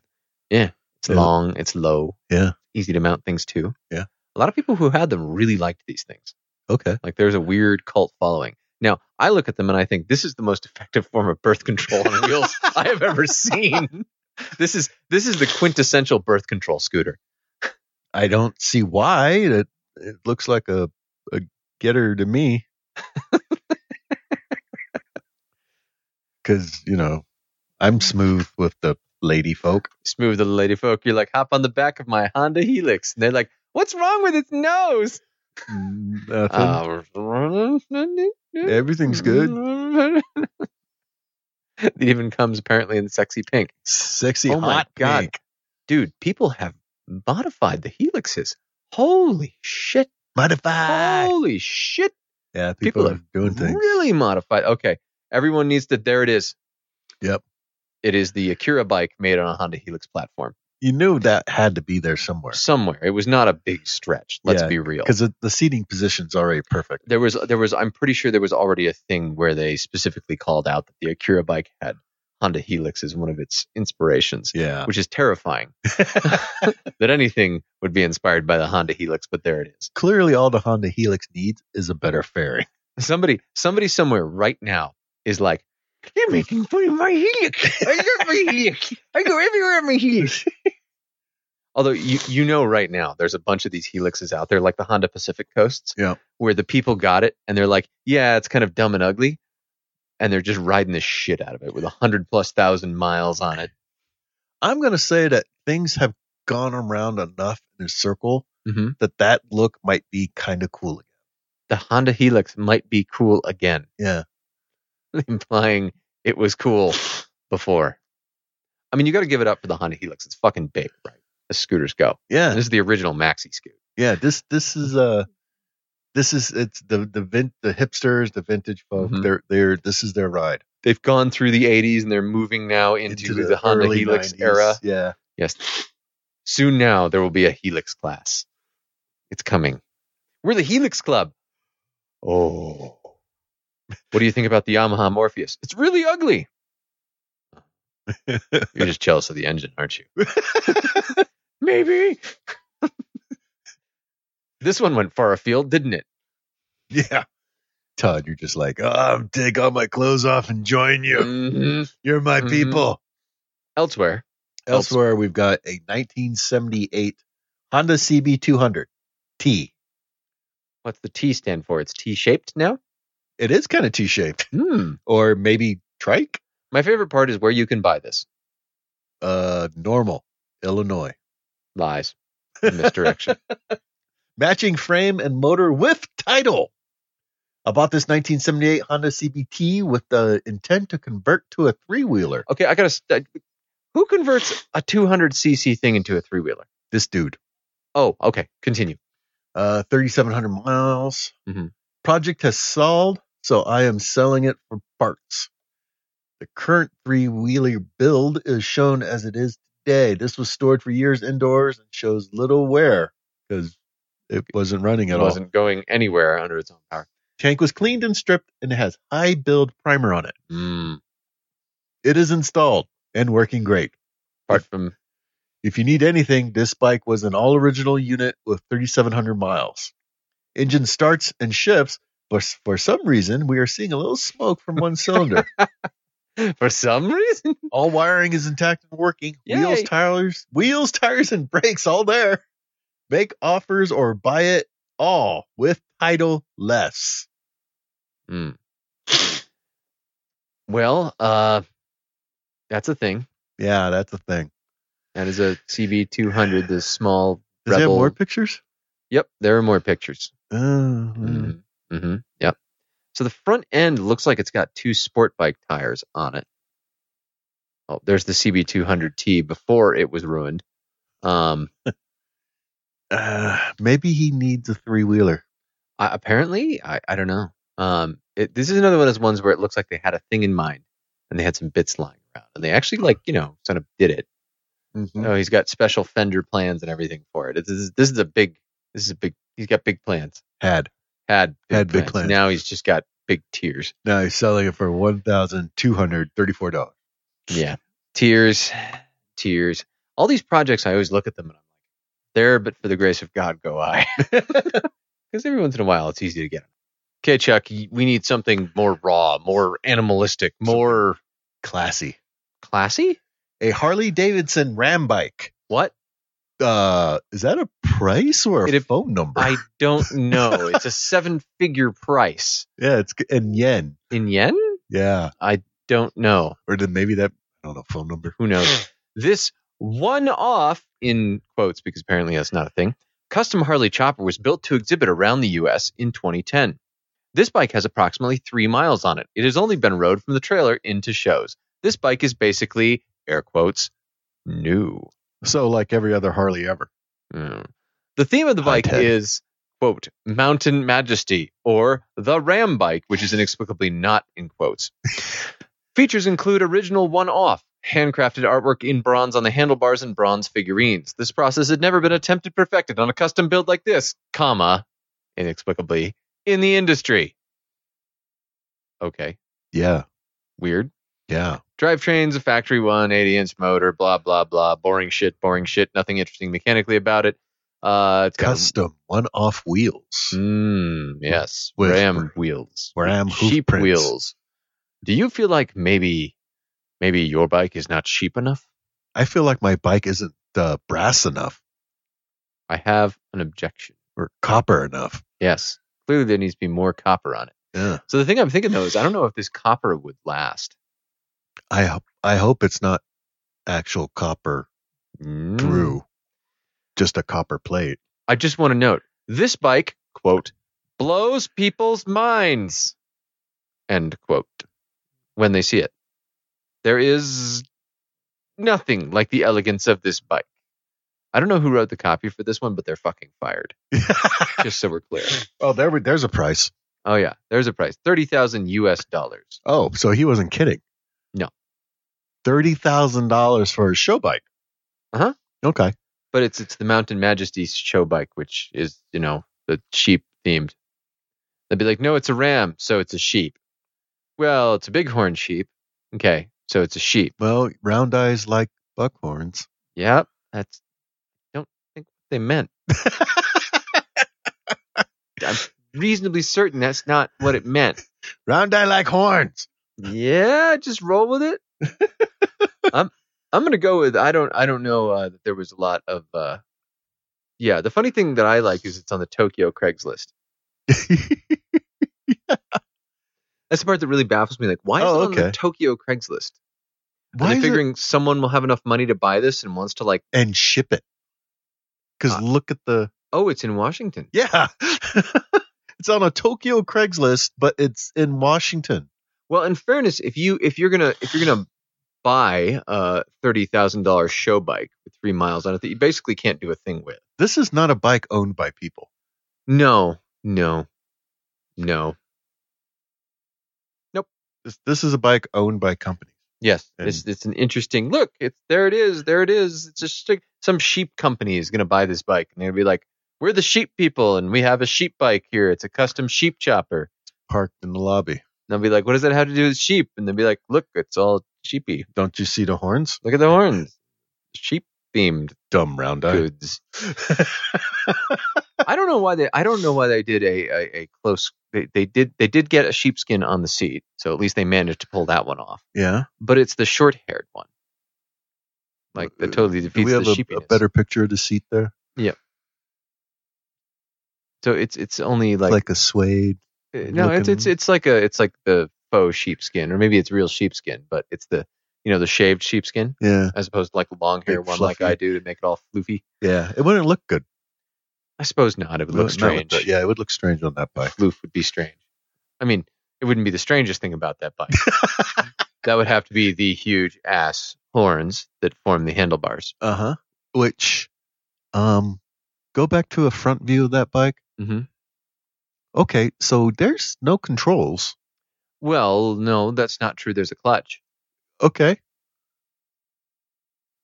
It's
Yeah.
long, it's low,
Yeah.
easy to mount things to.
Yeah.
a lot of people who had them really liked these things.
Okay.
Like there's a weird cult following. Now I look at them and I think this is the most effective form of birth control on wheels I have ever seen. This is this is the quintessential birth control scooter.
I don't see why it it looks like a a getter to me. Cuz, you know, I'm smooth with the lady folk.
Smooth the lady folk. You're like hop on the back of my Honda Helix, and they're like, "What's wrong with its nose?"
Nothing.
Uh,
Everything's good.
it even comes apparently in sexy pink.
Sexy
Oh my
hot
God.
pink.
Dude, people have modified the helixes. Holy shit!
Modify.
Holy shit!
Yeah, people,
Oh, People
are doing things.
Really modified. Okay. Everyone needs to. There it is.
Yep.
It is the Akira bike made on a Honda Helix platform.
You knew that had to be there somewhere
Somewhere. It was not a big stretch. Let's
Yeah,
be real.
cuz the, the seating position's already perfect.
There was, there was, I'm pretty sure there was already a thing where they specifically called out that the Akira bike had Honda Helix as one of its inspirations,
Yeah.
which is terrifying that anything would be inspired by the Honda Helix, but there it is.
Clearly all the Honda Helix needs is a better fairing.
Somebody, somebody somewhere right now is like, they're making fun of my helix. I love my helix. I go everywhere on my helix. Although you, you know right now, there's a bunch of these helixes out there, like the Honda Pacific Coasts,
Yeah.
where the people got it and they're like, yeah, it's kind of dumb and ugly. And they're just riding the shit out of it with a hundred plus thousand miles on it.
I'm going to say that things have gone around enough in a circle
Mm-hmm.
that that look might be kind of cool again.
The Honda Helix might be cool again.
Yeah.
implying it was cool before. I mean, you got to give it up for the Honda Helix. It's fucking big, right? As scooters go.
Yeah.
This is the original maxi scoot.
Yeah. This, this is, uh, this is, it's the, the vin, the hipsters, the vintage folk.
Mhm.
They're, they're, this is their ride
They've gone through the 80s and they're moving now into, the, Honda
early
Helix
90s.
era.
Yeah.
Yes. Soon now, there will be a Helix class. It's coming. We're the Helix Club.
Oh,
What do you think about the Yamaha Morpheus? It's really ugly. You're just jealous of the engine, aren't you? Maybe. this one went far afield, didn't it?
yeah. Todd, you're just like, oh, I'm take all my clothes off and join you.
Mhm.
You're my
Mhm.
people.
elsewhere.
Elsewhere, we've got a 1978 Honda CB200 T.
What's the T stand for? It's T shaped now?
It is kind of T shaped,
Hmm.
or maybe trike.
My favorite part is where you can buy this.
Uh, normal, Illinois.
Lies. Misdirection.
matching frame and motor with title. I bought this 1978 Honda CBT with the intent to convert to a three wheeler.
Okay, I gotta. St- who converts a 200cc thing into a three wheeler?
This dude,
Oh, okay. Continue.
uh, 3,700 miles.
Mhm.
Project has stalled, so I am selling it for parts. The current three wheeler build is shown as it is today. This was stored for years indoors and shows little wear because it wasn't running
It
at all.
wasn't going anywhere under its own power.
Tank was cleaned and stripped, and it has high build primer on it.
Mm.
It is installed and working great.
Apart from
If you need anything, this bike was an all original unit with 3,700 miles. Engine starts and ships, but s- for some reason, we are seeing a little smoke from one cylinder.
for some reason,
All wiring is intact and working. Wheels,
Yay.
tires, wheels, tires, and brakes all there. Make offers or buy it all with title less.
Mm. Well, uh, that's a thing.
Yeah, that's a thing.
That is a CB 200, the small
Does it have
Rebel.
more pictures?
Yep, there are more pictures.
Uh,
hmm hmm Yep. So the front end looks like it's got two sport bike tires on it. Oh, there's the CB200T before it was ruined. Um,
uh, maybe he needs a three wheeler.
I, apparently, I, I don't know. Um, it, this is another one of those ones where it looks like they had a thing in mind and they had some bits lying around and they actually like you know sort of did it.
Uh,
No, he's got special fender plans and everything for it. This is this is a big. This is a big. He's got big plans.
Had.
Had
Had big plans.
Now he's just got big tears.
Now he's selling it for one thousand two hundred thirty-four dollars.
Yeah. Tears, tears. All these projects, I always look at them and I'm like, there, but for the grace of God, go I. Because every once in a while, it's easy to get 'em. Okay, Chuck, y- we need something more raw, more animalistic, more
Classy.
classy.
A Harley Davidson Ram bike.
What?
Uh, is that a price or a
It-
phone number?
I don't know. It's a seven figure price
yeah, it's in yen.
in yen.
Yeah,
Don't know.
or then maybe that I don't know phone number.
Who knows? This one off, in quotes, because apparently that's not a thing, custom Harley chopper was built to exhibit around the U.S. in 2010. This bike has approximately three miles on it. It has only been rode from the trailer into shows. This bike is basically, air quotes, new.
So like every other Harley ever.
Mm. The theme of the bike
High-tech.
is, quote, mountain majesty or the ram bike, which is inexplicably not in quotes. Features include original one off, handcrafted artwork in bronze on the handlebars and bronze figurines. This process had never been attempted perfected on a custom build like this, comma, inexplicably, in the industry. Okay,
Yeah,
weird.
yeah.
Drivetrain's a factory one, 80 inch motor, blah, blah, blah. Boring shit, boring shit. Nothing interesting mechanically about it. Uh, it's got
Custom one-off wheels.
Mm, yes.
With-
Ram wheels.
Ram hoof
sheep
prints.
wheels. Do you feel like maybe maybe your bike is not sheep enough?
I feel like my bike isn't uh, brass enough
I have an objection.
or copper enough.
Yes. Clearly there needs to be more copper on it.
Yeah,
So the thing I'm thinking though is I don't know if this copper would last.
I hope I hope it's not actual copper
Mm.
through, just a copper plate.
I just want to note this bike, quote, blows people's minds, end quote, when they see it. There is nothing like the elegance of this bike. I don't know who wrote the copy for this one, but they're fucking fired, just so we're clear.
oh, there we, there's a price.
Oh, yeah, there's a price 30,000 US dollars.
Oh, so he wasn't kidding.
No.
Thirty thousand dollars for a show bike.
Uh-huh.
Okay.
But it's, it's the Mountain Majesty show bike, which is, you know, the sheep themed. They'd be like, no, it's a ram, so it's a sheep. Well, it's a bighorn sheep. Okay, so it's a sheep.
Well, round eyes like buckhorns.
Yep, that's. I don't think they meant. I'm reasonably certain that's not what it meant.
Round eye like horns.
Yeah, just roll with it. I'm I'm gonna go with I don't I don't know uh, that there was a lot of. Uh, yeah, the funny thing that I like is it's on the Tokyo Craigslist. That's the part that really baffles me. Like, why is
Oh,
it on the
okay.
Tokyo Craigslist? Are
Why
they
is it,
figuring someone will have enough money to buy this and wants to like?
and ship it? Because
Uh,
look at the
Oh, it's in Washington.
Yeah. it's on a Tokyo Craigslist, but it's in Washington.
Well, in fairness, if you if you're gonna if you're gonna buy a thirty thousand dollar show bike with three miles on it that you basically can't do a thing with.
This is not a bike owned by people.
No, no, no.
This this is a bike owned by companies.
Yes, it's it's an interesting look. It's there. It is. There it is. It's just like some sheep company is gonna buy this bike and they're gonna be like, "We're the sheep people, and we have a sheep bike here. It's a custom sheep chopper."
Parked in the lobby.
And they'll be like, "What does that have to do with sheep?" And they'll be like, "Look, it's all sheepy.
Don't you see the horns?
Look at the horns. Sheep themed
Dumb round eye.
goods." I don't know why they. I don't know why they did a a, a close. They, they did they did get a sheepskin on the seat, so at least they managed to pull that one off.
yeah.
But it's the short haired one, like that totally
Uh, Do
defeats
we have
the
a, a
sheepiness.
better picture of the seat there?
so it's it's only like,
Like, a suede.
uh, no, it's it's
looking-
it's like a it's like the faux sheepskin, or maybe it's real sheepskin, but it's the you know the shaved sheepskin
Yeah.
as opposed to like the long hair
Big
one like
fluffy.
I do to make it all floofy.
Yeah. It wouldn't look good.
I suppose not. It would
Not
look
with
strange.
that- yeah, it would look strange on that bike.
floof would be strange. I mean, it wouldn't be the strangest thing about that bike. that would have to be the huge ass horns that form the handlebars.
Uh huh. Which, um, go back to a front view of that bike.
Mhm.
Okay, so there's no controls.
Well, no, that's not true. There's a clutch,
Okay.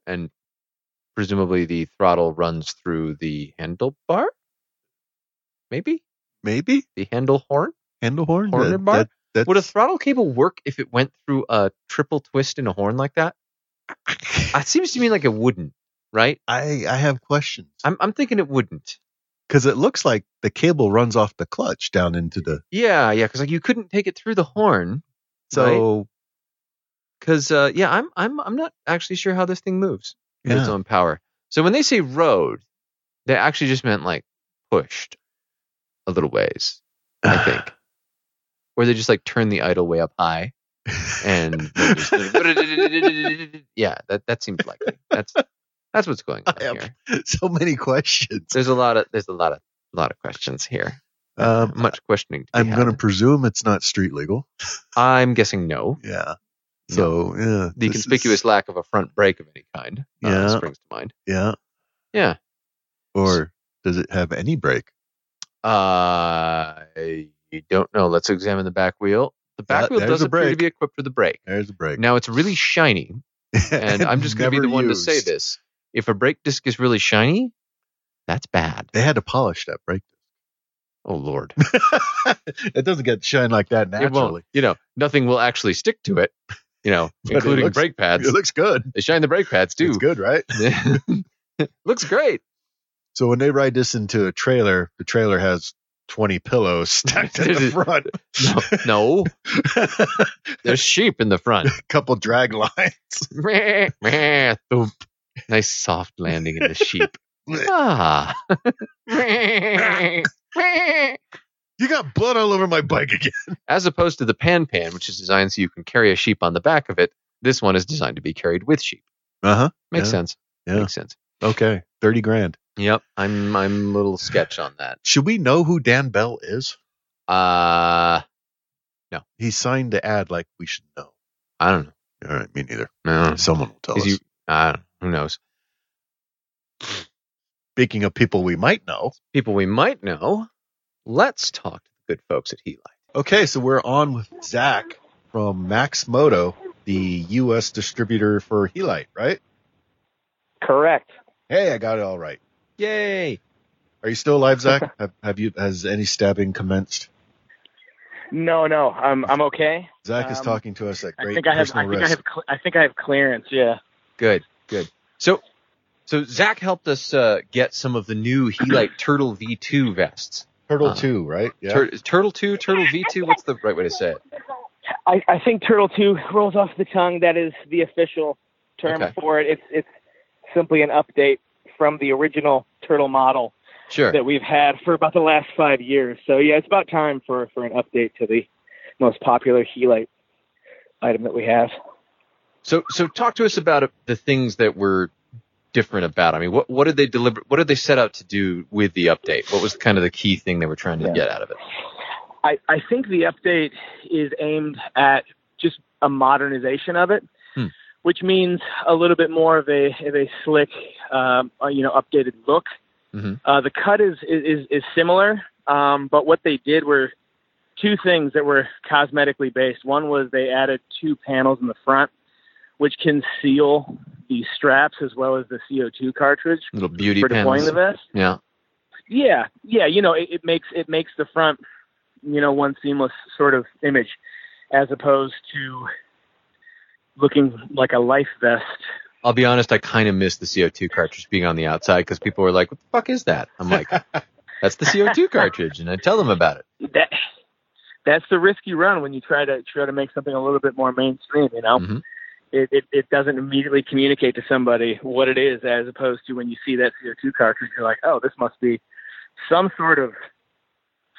and presumably the throttle runs through the handlebar. Maybe
Maybe
the handle horn.
handle horn.
Horner
that-
bar?
that- that's-
Would a throttle cable work if it went through a triple twist in a horn like that? Ah, It seems to me like it wouldn't, right?
I I have questions
I'm I'm thinking it wouldn't.
because it looks like the cable runs off the clutch down into the
Yeah, yeah, because like you couldn't take it through the horn.
so
because uh, yeah, I'm I'm I'm not actually sure how this thing moves with its
Yeah.
own power. So when they say road, they actually just meant like pushed a little ways, I think, or they just like turn the idle way up high and then just- yeah, that that seems likely. That's that's what's going on
I am-
here.
so many questions.
There's a lot of there's a lot of lot of questions here.
Um,
Much questioning. To be
I'm
had.
gonna presume it's not street legal.
I'm guessing no.
Yeah. So yeah,
The
this is-
conspicuous lack of a front brake of any kind uh,
Yeah.
springs to mind.
yeah.
Yeah.
Or does it have any brake?
Uh, you don't know. Let's examine the back wheel. The back
That-
wheel
there's
does
a
appear to
brake.
be equipped with a brake.
There's a brake.
Now it's really shiny, and I'm just going to be
Never
the one
used.
to say this. If a brake disc is really shiny, that's bad.
They had to polish that brake.
Oh lord,
it doesn't get shine like that
it won't.
naturally.
You know, nothing will actually stick to it. You know,
But it
including
looks-
brake
It,
pads.
looks good.
they shine the brake pads too.
It's good, right?
looks great.
So when they ride this into a trailer, the trailer has 20 pillows stacked in the
There's a-
front,
No, no,
a
there's sheep in the front.
couple drag lines.
Meh, meh, thump. nice soft landing in the sheep. ah.
You got blood all over my bike again.
As opposed to the pan pan, which is designed so you can carry a sheep on the back of it, this one is designed to be carried with sheep.
Uh huh.
Makes
Yeah.
sense.
Yeah.
Makes sense.
Okay. 30 grand.
Yep. I'm I'm a little sketch on that.
Should we know who Dan Bell is?
Uh
He signed the ad like we should know. Hmm.
I don't know.
All right. Me neither.
No.
Someone will tell
Is
us.
he I don't who knows?
Speaking of people we might know.
People we might know. Let's talk to the good folks at Heli.
Okay. So we're on with Zach from Max Moto, the U.S. distributor for Helite, right?
Correct.
Hey, I got it all right.
Yay.
Are you still alive, Zach? have, have you? Has any stabbing commenced?
No, no, I'm I'm okay.
Zach is
Um,
talking to us at
I
great
think I have
personal
I think I
risk.
have cl- I think I have clearance. Yeah.
Good, good. So, so Zach helped us uh, get some of the new Helite Turtle V2 vests.
Turtle
uh,
two, right? Yeah.
Tur- Turtle 2, Turtle V2. What's the right way to say it?
I, I think Turtle Two rolls off the tongue. That is the official term
Okay.
for it. It's it's simply an update from the original Turtle model
Sure.
that we've had for about the last five years. So yeah, it's about time for for an update to the most popular helite item that we have.
So, so talk to us about uh, the things that were different about? I mean, what what did they deliver? What did they set out to do with the update? What was kind of the key thing they were trying to
Yeah.
get out of it?
I, I think the update is aimed at just a modernization of it,
Hmm.
which means a little bit more of a of a slick, um, uh, you know, updated look.
Mhm.
Uh, the cut is is is similar, um, but what they did were two things that were cosmetically based. One was they added two panels in the front, which can seal the straps as well as the CO2 cartridge
Little beauty
for deploying
pens.
the vest.
Yeah.
Yeah, yeah, you know, it, it makes it makes the front, you know, one seamless sort of image, as opposed to looking like a life vest.
I'll be honest, I kind of miss the CO2 cartridge being on the outside because people were like, "What the fuck is that?" I'm like, "That's the CO2 cartridge," and I tell them about it.
That that's the risk you run when you try to try to make something a little bit more mainstream. You know,
Mhm.
it, it it doesn't immediately communicate to somebody what it is, as opposed to when you see that CO2 cartridge, you're like, oh, this must be some sort of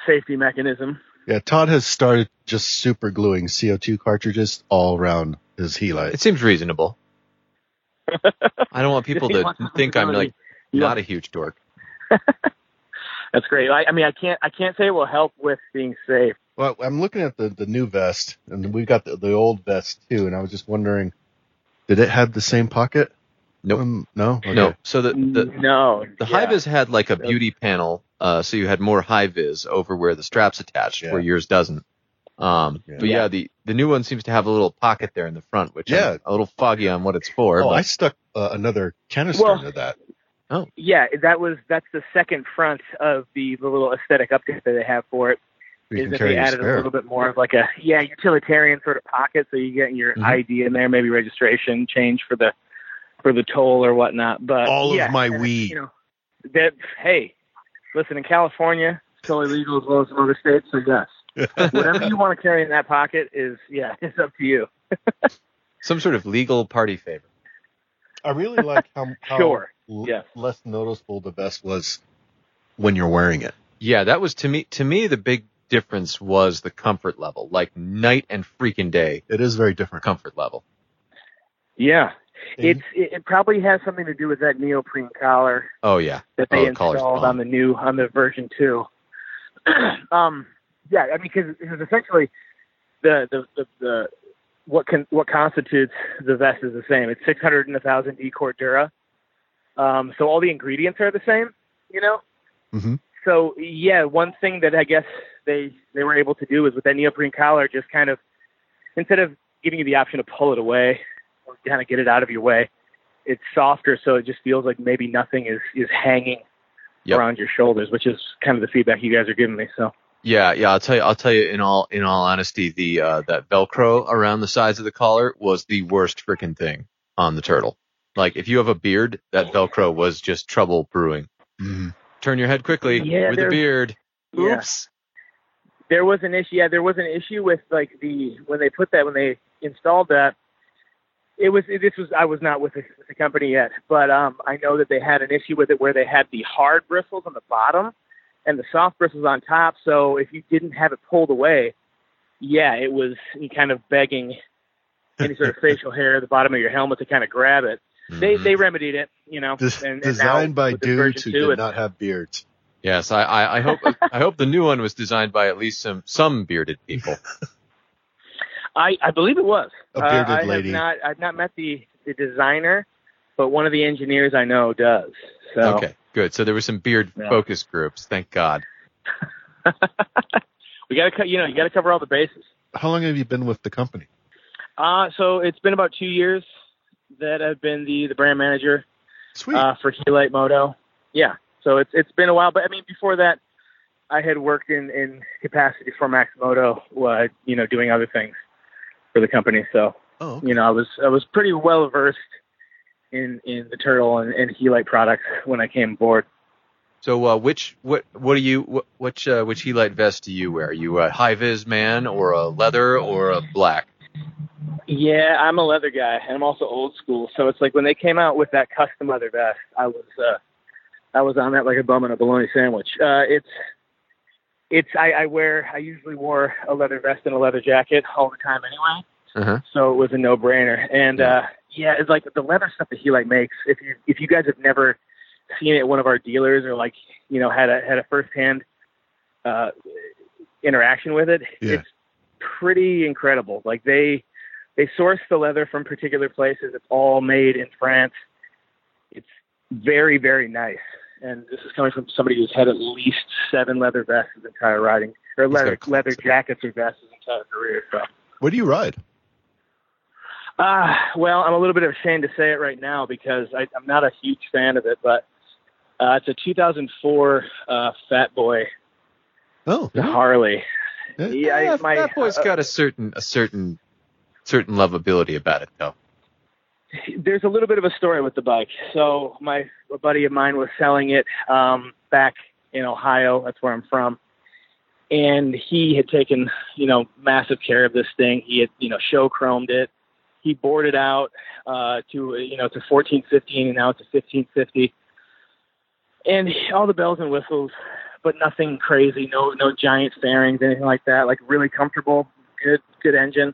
safety mechanism.
Yeah, Todd has started just super gluing CO2 cartridges all around his helix.
It seems reasonable. I don't want people
He
to
wants to
think I'm
really-
like
You
not a huge dork.
That's great. I, I mean, I can't I can't say it will help with being safe.
Well, I'm looking at the, the new vest, and we've got the, the old vest too, and I was just wondering, did it have the same pocket?
Nope.
Um, no? Okay.
No, so the the,
no,
the
yeah.
high vis had like a beauty panel, uh, so you had more high vis over where the straps attached,
Yeah.
where yours doesn't. Um,
Yeah.
But yeah, the the new one seems to have a little pocket there in the front, which
Yeah.
I'm a little foggy on what it's for.
Oh,
but-
I stuck uh, another canister
Well-
into that.
Yeah, that was that's the second front of the, the little aesthetic update that they have for it.
You
is
can
that
carry
they
your
added a
spare.
little bit more of like a yeah utilitarian sort of pocket, so you get your
Mm-hmm.
Mhm.
ID in there, maybe registration change for the for the toll or whatnot. But
All of
yeah,
my
and,
weed.
You know, that hey, listen in California, it's totally legal as well as in other states. So yes, whatever you want to carry in that pocket is yeah, it's up to you.
some sort of legal party favor.
I really like how, how
Sure.
l-
Yeah.
less noticeable the vest was when you're wearing it.
Yeah, that was to me to me the big difference was the comfort level, like night and freaking day
It is very different.
comfort level.
Yeah,
See?
it's it, it probably has something to do with that neoprene collar
Oh yeah,
that
Oh,
they
the collar's
installed on
gone.
the new on the version two. um, yeah, I mean, because essentially the the, the the what can what constitutes the vest is the same. It's 600 and 1,000 E Cordura. Um, so all the ingredients are the same, you know.
Mm-hmm.
Mhm.
So yeah, one thing that I guess they they were able to do is with that neoprene collar, just kind of instead of giving you the option to pull it away or kind of get it out of your way, it's softer, so it just feels like maybe nothing is is hanging
Yep.
around your shoulders, which is kind of the feedback you guys are giving me. So
yeah, yeah. I'll tell you, I'll tell you in all in all honesty, the uh, that Velcro around the sides of the collar was the worst freaking thing on the turtle. Like if you have a beard, that Velcro was just trouble brewing.
Mhm.
Turn your head quickly
Yeah,
with a
they're-
beard.
Yeah.
Oops.
there was an issue. Yeah, there was an issue with like the when they put that when they installed that. It was this was I was not with the, with the company yet, but um, I know that they had an issue with it where they had the hard bristles on the bottom and the soft bristles on top. So if you didn't have it pulled away, yeah, it was kind of begging any sort of facial hair at the bottom of your helmet to kind of grab it. They
Mhm.
they remedied it, you know.
Mm-hmm. Des-
and, and now
designed by
with this
dudes
version
who
two,
did
it's-
not have beards.
Yes, I, I, I hope I hope the new one was designed by at least some some bearded people.
I, I believe it was.
A bearded
uh, I
lady.
Have not, I've not met the, the designer, but one of the engineers I know does. So
Okay, good. So there were some beard
Yeah.
focus groups. Thank God.
we got to cut. You know, you got to cover all the bases.
How long have you been with the company?
Uh, so it's been about two years that I've been the, the brand manager
Sweet.
uh, for Helite Moto. Yeah, so it's it's been a while, but I mean before that, I had worked in in capacity for Max Moto, uh, you know, doing other things for the company. So
oh, okay.
you know, I was I was pretty well versed in in the turtle and, and Helite products when I came aboard.
So uh, which what what do you what which uh, which helite vest do you wear? Are you a high vis man or a leather or a black?
Yeah, I'm a leather guy, and I'm also old school. So it's like when they came out with that custom leather vest, I was uh, I was on that like a bum on a bologna sandwich. Uh, it's it's I, I wear I usually wore a leather vest and a leather jacket all the time anyway.
Uh-huh.
So it was a no brainer, and uh, yeah, it's like the leather stuff that he like makes. If you if you guys have never seen it at one of our dealers or like you know had a had a first hand uh, interaction with it,
Yeah.
it's pretty incredible. Like they they source the leather from particular places. It's all made in France. It's very very nice. And this is coming from somebody who's had at least seven leather vests his entire riding, or
He's got
leather
a collection.
leather jackets or vests his entire career. So.
Where do you ride?
Uh, well, I'm a little bit ashamed to say it right now because I, I'm not a huge fan of it, but uh, it's a 2004 uh, Fat Boy
Oh,
Harley.
Yeah.
Yeah, I- my-
that boy's
uh,
got a certain a certain certain lovability about it though.
there's a little bit of a story with the bike. So my a buddy of mine was selling it um, back in Ohio. That's where I'm from. And he had taken, you know, massive care of this thing. He had, you know, show chromed it. He bored it out uh, to, you know, to 1415 and now it's a 1550. And all the bells and whistles, but nothing crazy. No, no giant fairings, anything like that. Like really comfortable, good, good engine.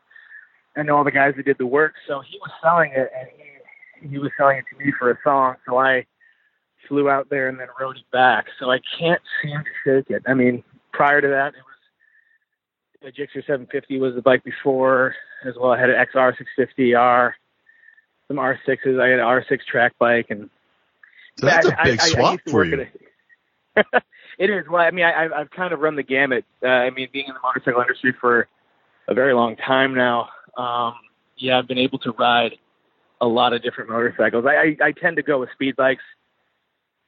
I know all the guys who did the work. So he was selling it, and he he was selling it to me for a song. So I flew out there and then rode it back. So I can't seem to shake it. I mean, prior to that, it was the Gixxer 750 was the bike before as well. I had an XR 650R, some R6s. I had an R6 track bike, and
so that's
I-
a big
I- I- I
swap
used to
for
work
you.
at a- it is. Well, I mean, I, I've- I've kind of run the gamut. Uh, I mean, being in the motorcycle industry for a very long time now, um, yeah, I've been able to ride a lot of different motorcycles. I, I, I tend to go with speed bikes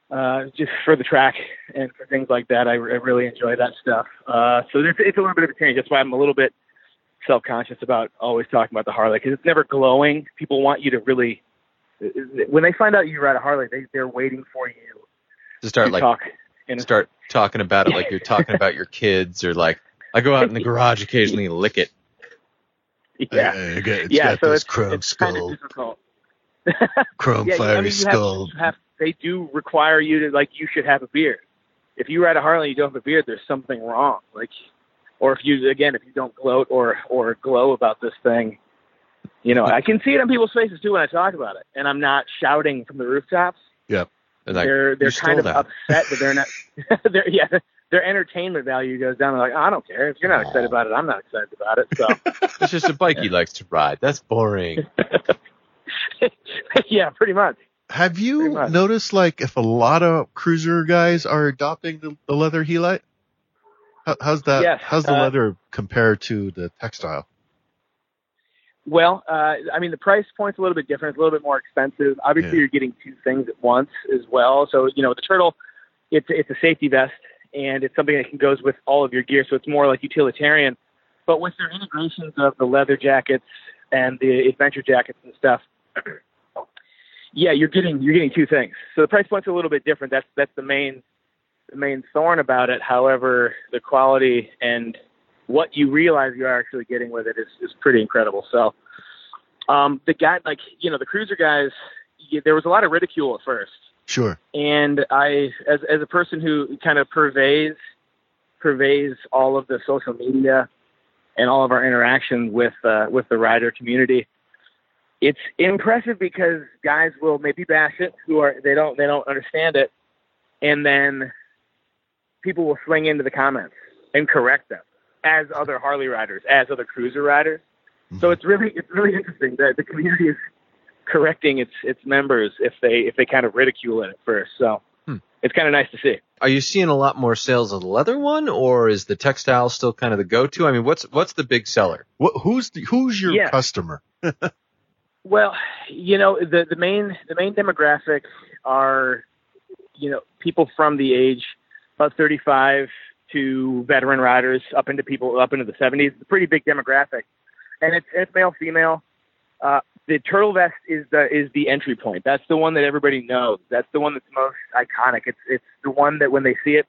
uh, just for the track and for things like that. I, re- I really enjoy that stuff. Uh, so there's, it's a little bit of a change. That's why I'm a little bit self-conscious about always talking about the Harley because it's never glowing. People want you to really when they find out you ride a Harley, they they're waiting for you
To start
to
like
talk. And
start talking about it like you're talking about your kids or like I go out in the garage occasionally and lick it.
yeah,
Uh, it got- it's
yeah.
got
so
this
it's,
chrome
it's kind of
skull,
difficult.
chrome
yeah, you-
fiery
I mean, you have-
skull.
you have- they do require you to like you should have a beard. If you ride a Harley, and you don't have a beard. There's something wrong. Like, or if you again, if you don't gloat or or glow about this thing, you know, I can see it on people's faces too when I talk about it, and I'm not shouting from the rooftops.
And like
they're they're
stole
kind of
that.
upset that they're not. they're, yeah, their entertainment value goes down. They're like, I don't care if you're not excited about it. I'm not excited about it. So.
it's just a bike he likes to ride. That's boring.
yeah, pretty much.
Have
Pretty
you
much.
noticed like if a lot of cruiser guys are adopting the, the leather helite? How, how's that?
Yes,
how's the
uh,
leather compare to the textile?
Well, uh, I mean, the price point's a little bit different. It's a little bit more expensive. Obviously,
Yeah.
you're getting two things at once as well. So, you know, with the turtle, it's it's a safety vest, and it's something that can goes with all of your gear. So it's more like utilitarian. But with their integrations of the leather jackets and the adventure jackets and stuff, yeah, you're getting you're getting two things. So the price point's a little bit different. That's that's the main the main thorn about it. However, the quality and what you realize you are actually getting with it is, is pretty incredible. So, um, the guy, like, you know, the cruiser guys, y- there was a lot of ridicule at first.
Sure.
And I, as, as a person who kind of purveys, purveys all of the social media and all of our interaction with, uh, with the rider community, it's impressive because guys will maybe bash it who are, they don't, they don't understand it. And then people will swing into the comments and correct them as other Harley riders, as other cruiser riders. So it's really it's really interesting that the community is correcting its its members if they if they kind of ridicule it at first. So
Hmm.
it's kind of nice to see.
Are you seeing a lot more sales of the leather one or is the textile still kind of the go to? I mean what's what's the big seller?
What, who's the, who's your
Yeah.
customer?
Well, you know the the main the main demographic are you know people from the age about 35 to veteran riders up into people up into the 70s. It's a pretty big demographic, and it's it's male female. Uh, the turtle vest is the is the entry point. That's the one that everybody knows. That's the one that's most iconic. It's it's the one that when they see it,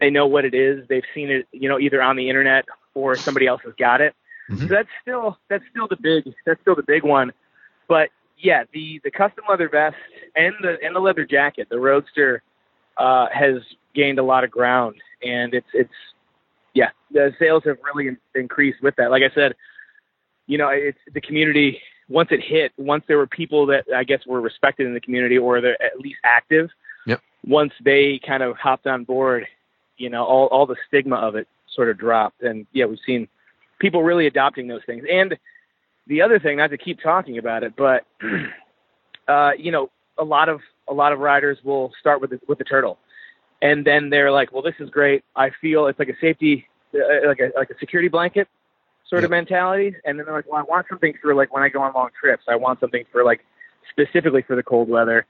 they know what it is. They've seen it, you know, either on the internet or somebody else has got it.
Mhm.
So that's still that's still the big that's still the big one. But yeah, the the custom leather vest and the and the leather jacket, the Roadster, uh, has gained a lot of ground, and it's it's yeah, the sales have really in- increased with that. Like I said, you know, it's the community once it hit, once there were people that I guess were respected in the community or they're at least active.
Yep.
Once they kind of hopped on board, you know, all all the stigma of it sort of dropped, and yeah, we've seen people really adopting those things. And the other thing, not to keep talking about it, but uh, you know, a lot of a lot of riders will start with the, with the turtle, and then they're like, well, this is great. I feel it's like a safety, uh, like a like a security blanket sort of mentality. And then they're like, well, I want something for like when I go on long trips. I want something for like specifically for the cold weather,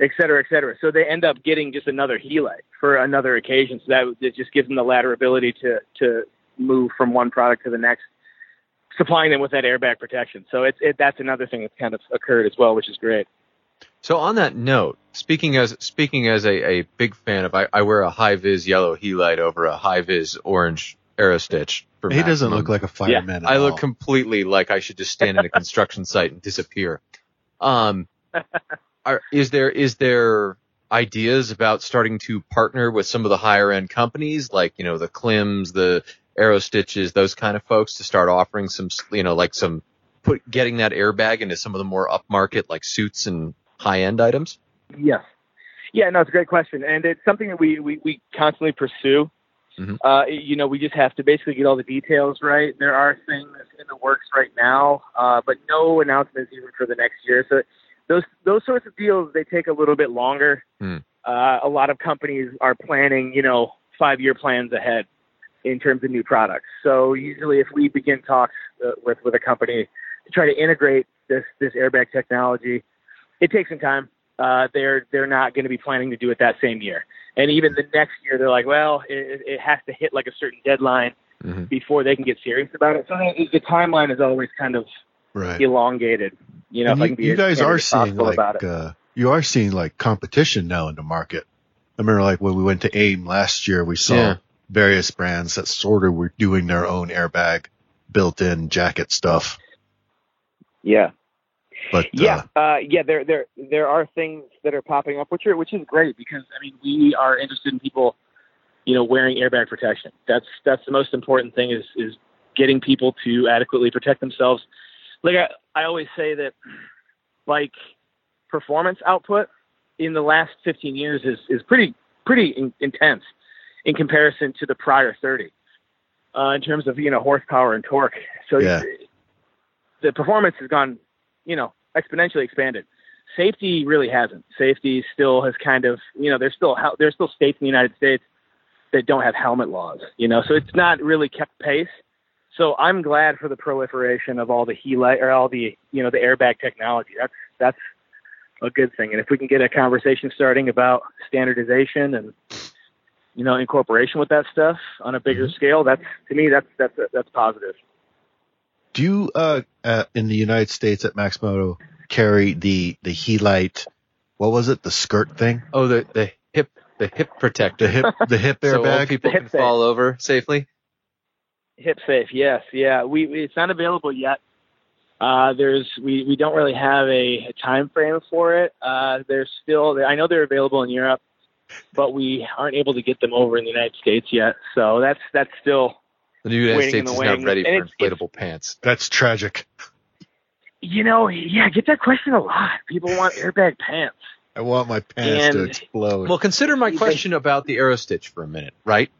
et cetera, et cetera. So they end up getting just another Hele for another occasion. So that it just gives them the latter ability to to move from one product to the next, supplying them with that airbag protection. So it's it, that's another thing that's kind of occurred as well, which is great.
So on that note, speaking as speaking as a, a big fan of, I, I wear a high vis yellow helite over a high vis orange arrow stitch. For
He doesn't
maximum.
look like a fireman. at
I look
all.
completely like I should just stand in a construction site and disappear. Um, are, is there is there ideas about starting to partner with some of the higher end companies like you know the Clims, the Arrow Stitches, those kind of folks to start offering some s- you know like some put getting that airbag into some of the more upmarket like suits and high end items.
Yes. Yeah, no, it's a great question, and it's something that we we, we constantly pursue.
Mhm.
Uh, you know, we just have to basically get all the details right. There are things in the works right now, uh, but no announcements even for the next year. So those those sorts of deals they take a little bit longer.
Hmm.
Uh, a lot of companies are planning, you know, five year plans ahead in terms of new products. So usually, if we begin talks uh, with with a company to try to integrate this this airbag technology, it takes some time uh, they're they're not going to be planning to do it that same year. And even the next year, they're like, well, it, it has to hit like a certain deadline
Mm-hmm.
Mhm.
before they can get serious about it. So the, the timeline is always kind of
right.
elongated. You know,
And
if I
you,
can be
you
as
guys
candid
are
as
seeing
possible
like
about it.
uh, you are seeing like competition now in the market. I remember like when we went to AIM last year, we saw
Yeah.
various brands that sort of were doing their own airbag built-in jacket stuff.
Yeah,
But
yeah,
uh,
uh, yeah. There, there, there are things that are popping up, which are which is great because I mean, we are interested in people, you know, wearing airbag protection. That's that's the most important thing is is getting people to adequately protect themselves. Like I, I always say that, like performance output in the last 15 years is is pretty pretty in, intense in comparison to the prior 30 uh, in terms of you know horsepower and torque. So
Yeah.
the performance has gone you know exponentially expanded. Safety really hasn't. Safety still has kind of you know there's still hel- there's still states in the United States that don't have helmet laws. You know, so it's not really kept pace. So I'm glad for the proliferation of all the helite or all the you know the airbag technology. That's that's a good thing. And if we can get a conversation starting about standardization and you know incorporation with that stuff on a bigger scale, that's to me that's that's that's positive.
do you uh, uh, in the United States at Maximoto carry the the helite? What was it? The skirt thing?
Oh, the the hip the hip protector.
The hip the hip
so old
airbag?
people
The hip
can
thing.
fall over safely.
Hip safe, yes, yeah. We, we it's not available yet. Uh, there's we, we don't really have a, a time frame for it. Uh, they're still I know they're available in Europe, but we aren't able to get them over in the United States yet. So that's that's still
The United
Waiting
States
in the
is not
wings.
ready
And
for
it's- it's-
inflatable pants.
That's tragic.
you know yeah. I get that question a lot. People want airbag pants.
I want my pants to
And-
explode.
Well, consider my
They-
question about the arrow stitch for a minute, right?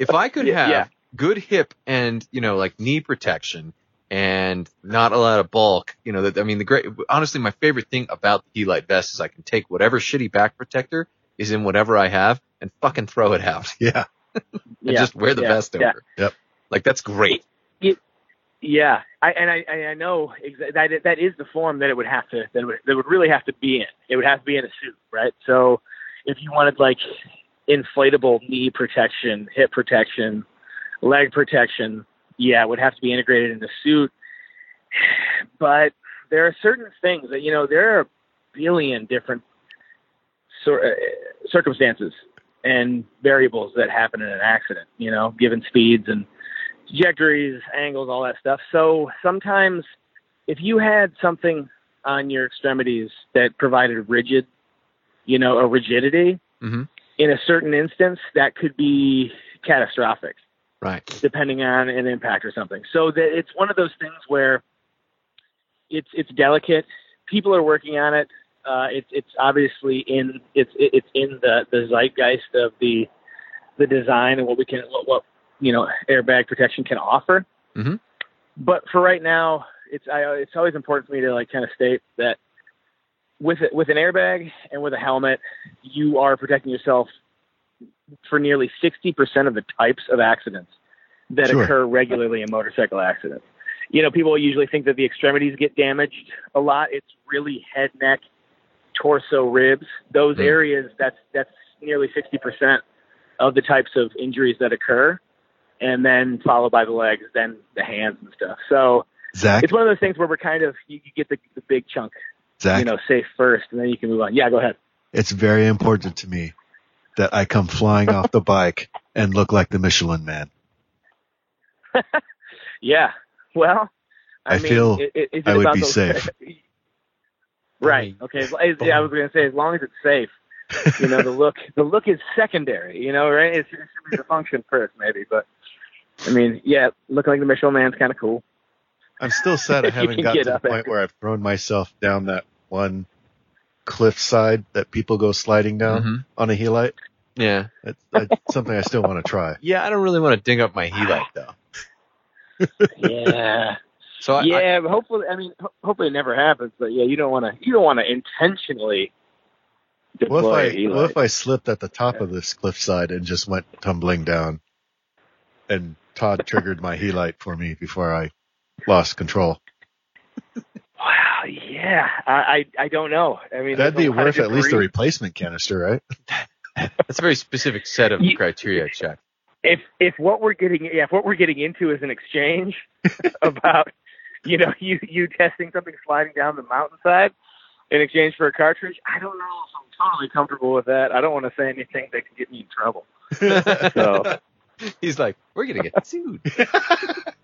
If I could
Yeah,
have
yeah.
good hip and you know like knee protection and not a lot of bulk, you know that I mean the great honestly my favorite thing about the Helite vest is I can take whatever shitty back protector is in whatever I have and fucking throw it out
yeah.
and
yeah.
just wear the
yeah,
vest
yeah.
over.
Yep.
Like that's great.
Yeah, I, and I and I know exa- that it- that is the form that it would have to that it would, that it would really have to be in. It would have to be in a suit, right? So if you wanted like inflatable knee protection, hip protection, leg protection, yeah, it would have to be integrated in the suit. But there are certain things that you know there are a billion different cir- uh, circumstances and variables that happen in an accident. You know, given speeds and trajectories, angles, all that stuff. So sometimes if you had something on your extremities that provided rigid, you know, a rigidity
Mhm.
in a certain instance, that could be catastrophic
Right.
depending on an impact or something. So that it's one of those things where It's it's delicate. People are working on it. Uh, it's it's obviously in it's it's in the, the zeitgeist of the the design and what we can what, what you know airbag protection can offer.
Mhm.
But for right now, it's I, it's always important for me to like kind of state that with it with an airbag and with a helmet, you are protecting yourself for nearly sixty percent of the types of accidents that
Sure.
occur regularly in motorcycle accidents. You know, people usually think that the extremities get damaged a lot. It's really head, neck, torso, ribs. Those
Hmm.
areas that's that's nearly sixty percent of the types of injuries that occur, and then followed by the legs, then the hands and stuff. So
Zach,
it's one of those things where we're kind of you, you get the, the big chunk,
Zach,
you know, safe first, and then you can move on. Yeah, go ahead.
it's very important to me that I come flying off the bike and look like the Michelin Man.
Yeah. Well, I,
I
mean,
feel
i- i- is it
I would
about
be
those-
safe.
right. Okay. as- as- yeah, I was going to say as long as it's safe. You know, the look the look is secondary. You know, right? It's, it should be the function first, maybe. But I mean, yeah, looking like the Michelin Man's kind of cool.
I'm still sad I
You
haven't
can
gotten
get
to the
up
point
after-
where I've thrown myself down that one cliffside that people go sliding down
Mm-hmm.
Mhm.
on a helite.
Yeah.
That's, that's something I still want to try.
Yeah, I don't really want to ding up my helix though.
Yeah.
So I, I,
yeah, but hopefully, I mean, ho- hopefully it never happens. But yeah, you don't want to, you don't want to intentionally deploy
What if I
a helix.
what if I slipped at the top of this cliffside and just went tumbling down, and Todd triggered my helite for me before I lost control?
Wow, yeah, I, I, I don't know. I mean,
That'd be
there's a lot of
worth at least the
different
replacement canister, right?
that's a very specific set of
You-
criteria check.
re- if if what we're getting, yeah, if what we're getting into is an exchange about, you know, you you testing something sliding down the mountainside in exchange for a cartridge, I don't know if I'm totally comfortable with that. I don't want to say anything that could get me in trouble. So-
He's like, we're gonna get sued.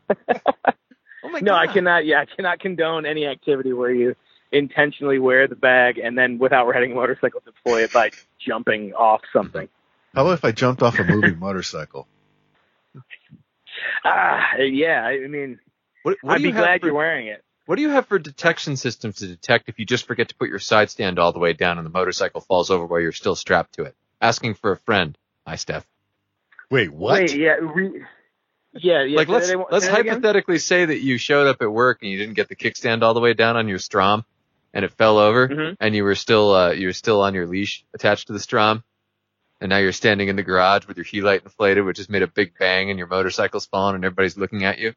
oh my
No,
god!
I cannot. Yeah, I cannot condone any activity where you intentionally wear the bag and then, without riding a motorcycle, deploy it by jumping off something.
How about if I jumped off a moving motorcycle?
Ah, yeah. I mean,
What, what
I'd
do you
be
have
glad
for-
you're wearing it.
What do you have for detection systems to detect if you just forget to put your side stand all the way down and the motorcycle falls over while you're still strapped to it? Asking for a friend. Hi, Steph.
Wait, what?
Wait, yeah, re- yeah, yeah.
like,
say
let's
that again-
let's
say that again?
hypothetically say that you showed up at work and you didn't get the kickstand all the way down on your Strom, and it fell over,
Mhm.
and you were still uh, you were still on your leash attached to the Strom, and now you're standing in the garage with your headlight inflated, which has made a big bang, and your motorcycle's fallen, and everybody's looking at you.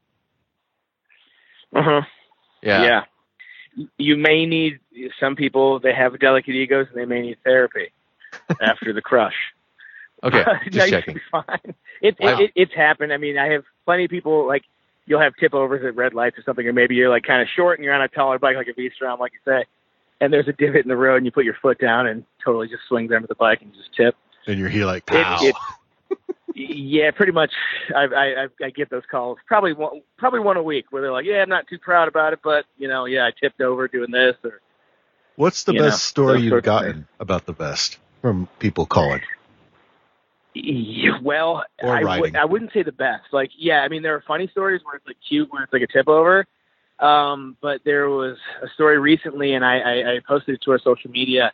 Uh-huh.
Yeah.
Y- You may need some people. They have delicate egos, and they may need therapy after the crush.
Okay.
no,
Just
you should
checking.
be fine. It,
Wow.
it, it it's happened. I mean, I have plenty of people like you'll have tip overs at red lights or something, or maybe you're like kind of short and you're on a taller bike, like a beast round, like you say, and there's a divot in the road, and you put your foot down and totally just swings under the bike and just tip.
And your helite
It-
pops.
it- Yeah, pretty much. I, I I- I get those calls probably one probably one a week where they're like, yeah, I'm not too proud about it, but you know, yeah, I tipped over doing this or
What's the
you
best
know,
story
those
you've
sorts of
gotten about the best from people calling?
Yeah, well,
Or
I,
riding.
would, I wouldn't say the best. Like, yeah, I mean, there are funny stories where it's like cute, where it's like a tip over. Um, but there was a story recently, and I, I, I posted it to our social media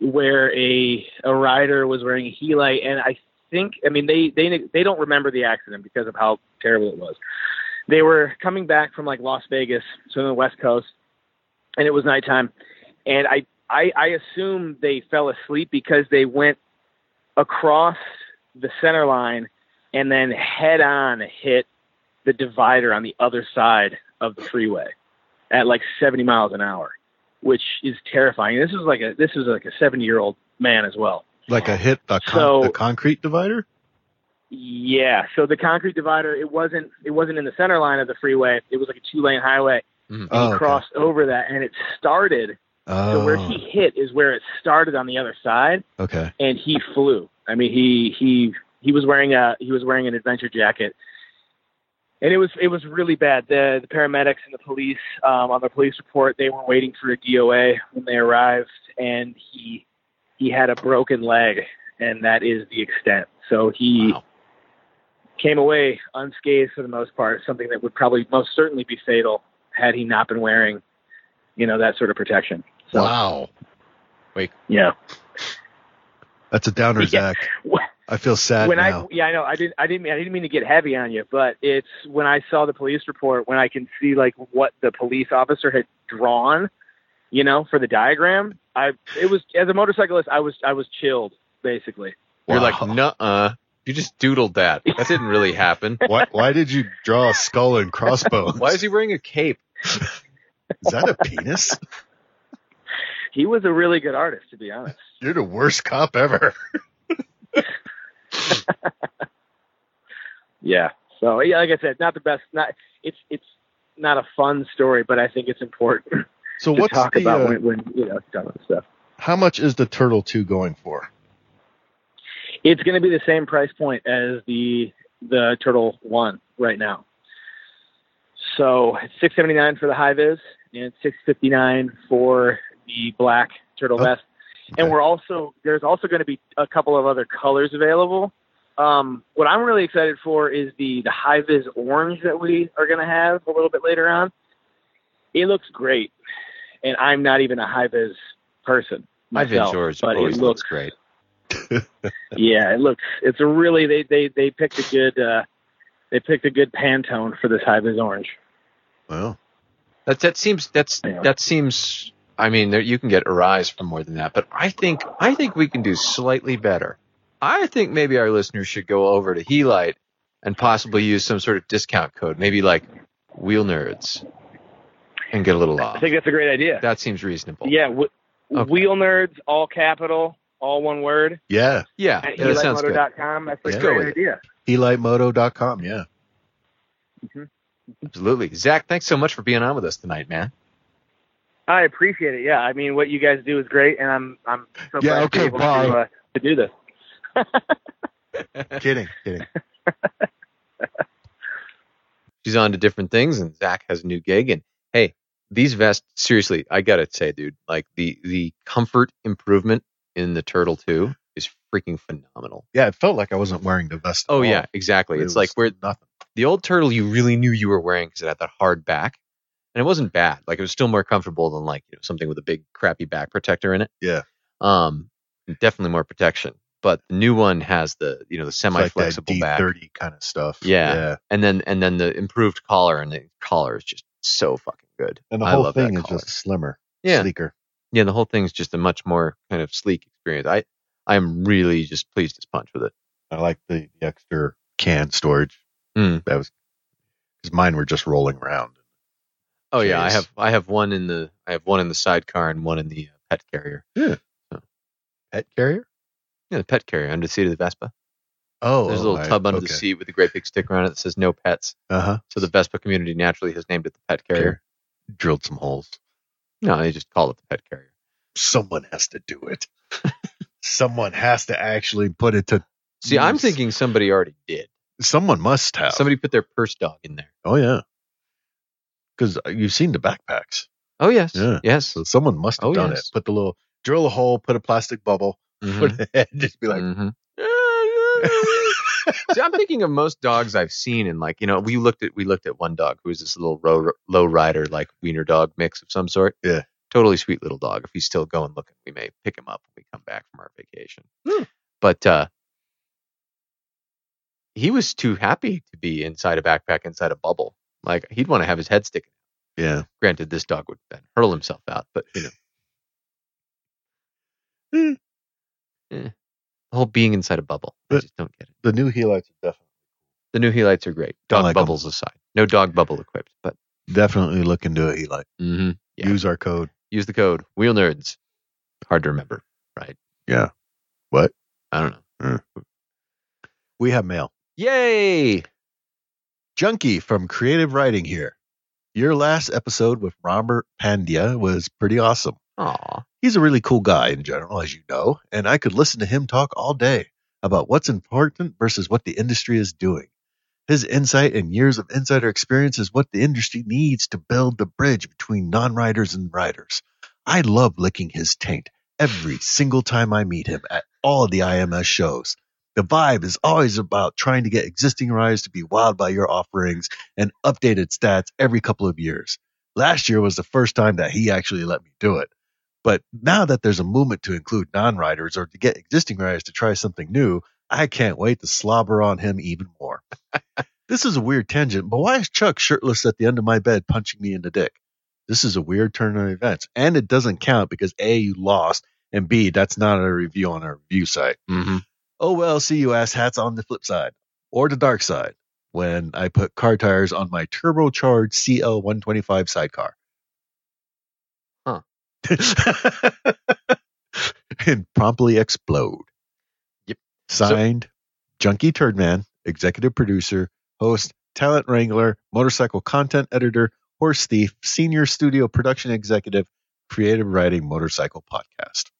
where a a rider was wearing a helite, and I think, I mean, they they they don't remember the accident because of how terrible it was. They were coming back from like Las Vegas, so on the West Coast, and it was nighttime, and I I, I assume they fell asleep because they went across the center line and then head on hit the divider on the other side of the freeway at like 70 miles an hour, which is terrifying. This is like a this is like a 70 year old man as well.
Like I hit the, con-
So-
the concrete divider?
Yeah, so the concrete divider it wasn't it wasn't in the center line of the freeway. It was like a two lane highway. And
Oh,
he
okay.
crossed over that and it started.
Oh,
So where he hit is where it started on the other side.
okay.
and he flew. I mean, he he he was wearing a he was wearing an adventure jacket, and it was it was really bad. The the paramedics and the police um, on the police report they were waiting for a DOA when they arrived, and he he had a broken leg, and that is the extent. So he
Wow.
came away unscathed for the most part. Something that would probably most certainly be fatal had he not been wearing you know, that sort of protection. So,
Wow.
yeah.
That's a downer,
Yeah.
Zach. I feel sad
when
now.
I yeah I know I didn't I didn't mean- I didn't mean to get heavy on you, but it's when I saw the police report when I can see like what the police officer had drawn, you know, for the diagram. I it was as a motorcyclist I was I was chilled basically.
You're
Wow.
like, nuh-uh. You just doodled that. That didn't really happen.
why, why did you draw a skull and crossbones?
Why is he wearing a cape?
Is that a penis?
He was a really good artist to be honest.
You're the worst cop ever.
Yeah. So yeah, like I said, not the best. Not it's it's not a fun story, but I think it's important
So
to
what's
talk
the,
about
uh,
when, when you know done with stuff.
how much is the Turtle 2 going for?
It's going to be the same price point as the the Turtle One right now. So it's six seventy nine for the high vis and six fifty nine for the black turtle
Oh,
vest.
okay.
And we're also there's also going to be a couple of other colors available. Um, what I'm really excited for is the the high vis orange that we are going to have a little bit later on. It looks great, and I'm not even a high vis person.
My
myself,
George
but
always
it
looks great.
looks yeah, it looks it's a really they they they picked a good uh they picked a good Pantone for this high vis orange.
Well,
That that seems that's
Yeah.
that seems. I mean, there, you can get Arise for more than that, but I think I think we can do slightly better. I think maybe our listeners should go over to Helite and possibly use some sort of discount code, maybe like Wheel Nerds, and get a little
I
off.
think that's a great idea.
That seems reasonable.
Yeah, w-
Okay.
wheel nerds, all capital, all one word.
yeah. E
yeah,
At
yeah, that sounds good.
helitemoto.com. That's a
Let's
go
great
with it.
idea.
Elitemoto.com. Yeah.
Absolutely, Zach. Thanks so much for being on with us tonight, man.
I appreciate it. Yeah, I mean, what you guys do is great, and I'm I'm so
Yeah,
glad to
okay,
be able
bye.
to, uh, to do this.
Kidding. Kidding.
she's on to different things and Zach has a new gig and hey, these vests seriously, I gotta say, dude, like the the comfort improvement in the Turtle 2 is freaking phenomenal.
Yeah, it felt like I wasn't wearing the vest. at
Oh
all.
yeah, exactly.
It
It's like
was
where
nothing.
the old turtle you really knew you were wearing because it had that hard back. And it wasn't bad. Like it was still more comfortable than like you know, something with a big crappy back protector in it.
Yeah.
Um definitely more protection. But the new one has the you know the
It's
semi
like
flexible
that
back.
D30 kind of stuff.
Yeah.
yeah.
And then and then the improved collar and the collar is just so fucking good.
And the
I
whole
love that
thing is
collar.
just slimmer,
Yeah.
sleeker.
yeah, the whole thing's just a much more kind of sleek experience. I I'm really just pleased as punch with it.
I like the, the extra can storage.
Hmm.
That was because mine were just rolling around.
Oh yeah, I
Jeez.
have I have one in the I have one in the sidecar and one in the uh, pet carrier.
Pet carrier?
Yeah, the pet carrier under the seat of the Vespa.
Oh,
There's a little tub under the seat with a great big sticker on it that says no pets.
Uh huh.
So the Vespa community naturally has named it the pet carrier.
Drilled some holes.
No, they just call it the pet carrier.
Someone has to do it. someone has to actually put it to.
See, I'm
Yes.
thinking somebody already did.
Someone must have.
Somebody put their purse dog in there.
Oh yeah. Because you've seen the backpacks,
Oh yes,
Yeah.
yes.
so someone must have
Oh,
done
yes.
it. Put the little drill a hole, put a plastic bubble,
Mhm.
put a head, just be like,
Mhm.
Mm.
See, I'm thinking of most dogs I've seen, and like you know, we looked at we looked at one dog who was this little low, low rider, like wiener dog mix of some sort.
Yeah.
totally sweet little dog. If he's still going looking, we may pick him up when we come back from our vacation.
Hmm.
But uh, he was too happy to be inside a backpack, inside a bubble. Like he'd want to have his head sticking.
yeah.
Granted, this dog would then hurl himself out, but you know.
Hmm.
Eh. The whole being inside a bubble. I
But-
just don't get it.
The new Helites are definitely
The new Helites are great.
I
Dog
like 'em.
bubbles aside. No dog bubble equipped, but
definitely look into a Helite.
mhm. Yeah.
Use our code.
use the code Wheel Nerds. Hard to remember, right?
Yeah. What?
I don't know.
We have mail.
Yay!
Junkie from Creative Writing here. Your last episode with Robert Pandya was pretty awesome.
Aw.
He's a really cool guy in general, as you know, and I could listen to him talk all day about what's important versus what the industry is doing. His insight and years of insider experience is what the industry needs to build the bridge between non riders and riders. I love licking his taint every single time I meet him at all the IMS shows. The vibe is always about trying to get existing riders to be wowed by your offerings and updated stats every couple of years. Last year was the first time that he actually let me do it. But now that there's a movement to include non riders or to get existing riders to try something new, I can't wait to slobber on him even more. this is a weird tangent, but why is Chuck shirtless at the end of my bed punching me in the dick? This is a weird turn of events. And it doesn't count because A, you lost, and B, that's not a review on a review site.
Mm-hmm.
Oh well, see you ass hats on the flip side or the dark side when I put car tires on my turbocharged CL125 sidecar.
Huh.
and promptly explode.
Yep.
Signed, Junkie Turd Man, executive producer, host, talent wrangler, motorcycle content editor, horse thief, senior studio production executive, creative writing motorcycle podcast.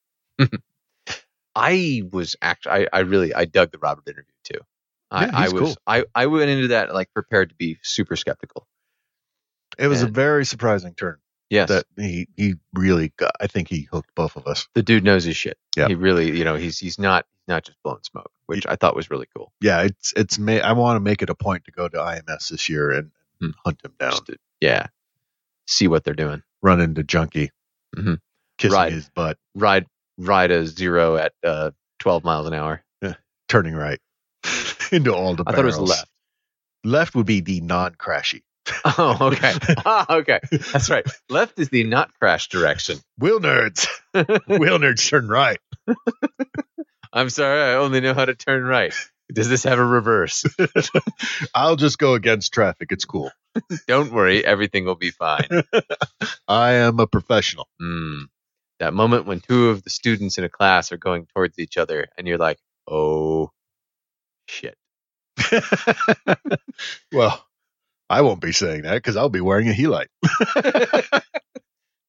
I was actually, I, I really, I dug the Robert interview too. I,
Yeah,
I
he's
was,
cool.
I, I went into that like prepared to be super skeptical.
It was a
And-
very surprising turn
Yes,
that he he really got, I think he hooked both of us.
the dude knows his shit.
Yeah.
he really, you know, he's he's not not just blowing smoke, which I thought was really cool.
Yeah, it's it's ma- I want to make it a point to go to IMS this year and
Hmm.
hunt him down,
Just to, yeah, see what they're doing.
run into Junkie,
Mhm.
kissing
Right.
his butt,
Ride ride a zero at uh, twelve miles an hour.
turning right into all the
I thought it was
barrels.
left.
Left would be the non-crashy.
Oh, okay. Ah, okay. That's right. Left is the not crash direction.
Wheel nerds, wheel nerds turn right.
I'm sorry, I only know how to turn right. Does this have a reverse?
I'll just go against traffic. It's cool.
Don't worry, everything will be fine.
I am a professional.
Mm. That moment when two of the students in a class are going towards each other and you're like, oh, shit.
Well, I won't be saying that because I'll be wearing a helite.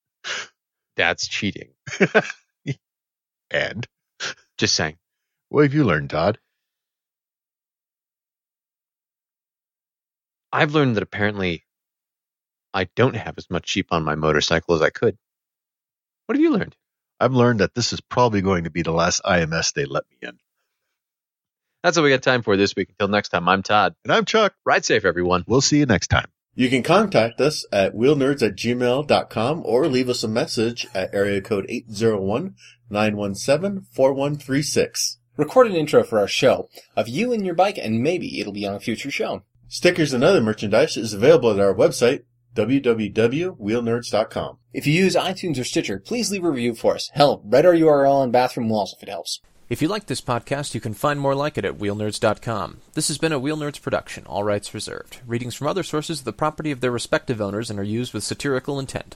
That's cheating.
And
Just saying.
what have you learned, Todd?
I've learned that apparently I don't have as much sheep on my motorcycle as I could. What have you learned?
I've learned that this is probably going to be the last IMS they let me in.
That's all we got time for this week. Until next time, I'm Todd.
And I'm Chuck.
Ride safe, everyone.
We'll see you next time.
You can contact us at wheelnerds at gmail.com or leave us a message at area code 801-917-4136.
Record an intro for our show of you and your bike, and maybe it'll be on a future show.
Stickers and other merchandise is available at our website, www.wheelnerds.com.
If you use iTunes or Stitcher, please leave a review for us. Hell, write our URL on bathroom walls if it helps.
If you like this podcast, you can find more like it at wheelnerds.com. This has been a Wheel Nerds production, all rights reserved. Readings from other sources are the property of their respective owners and are used with satirical intent.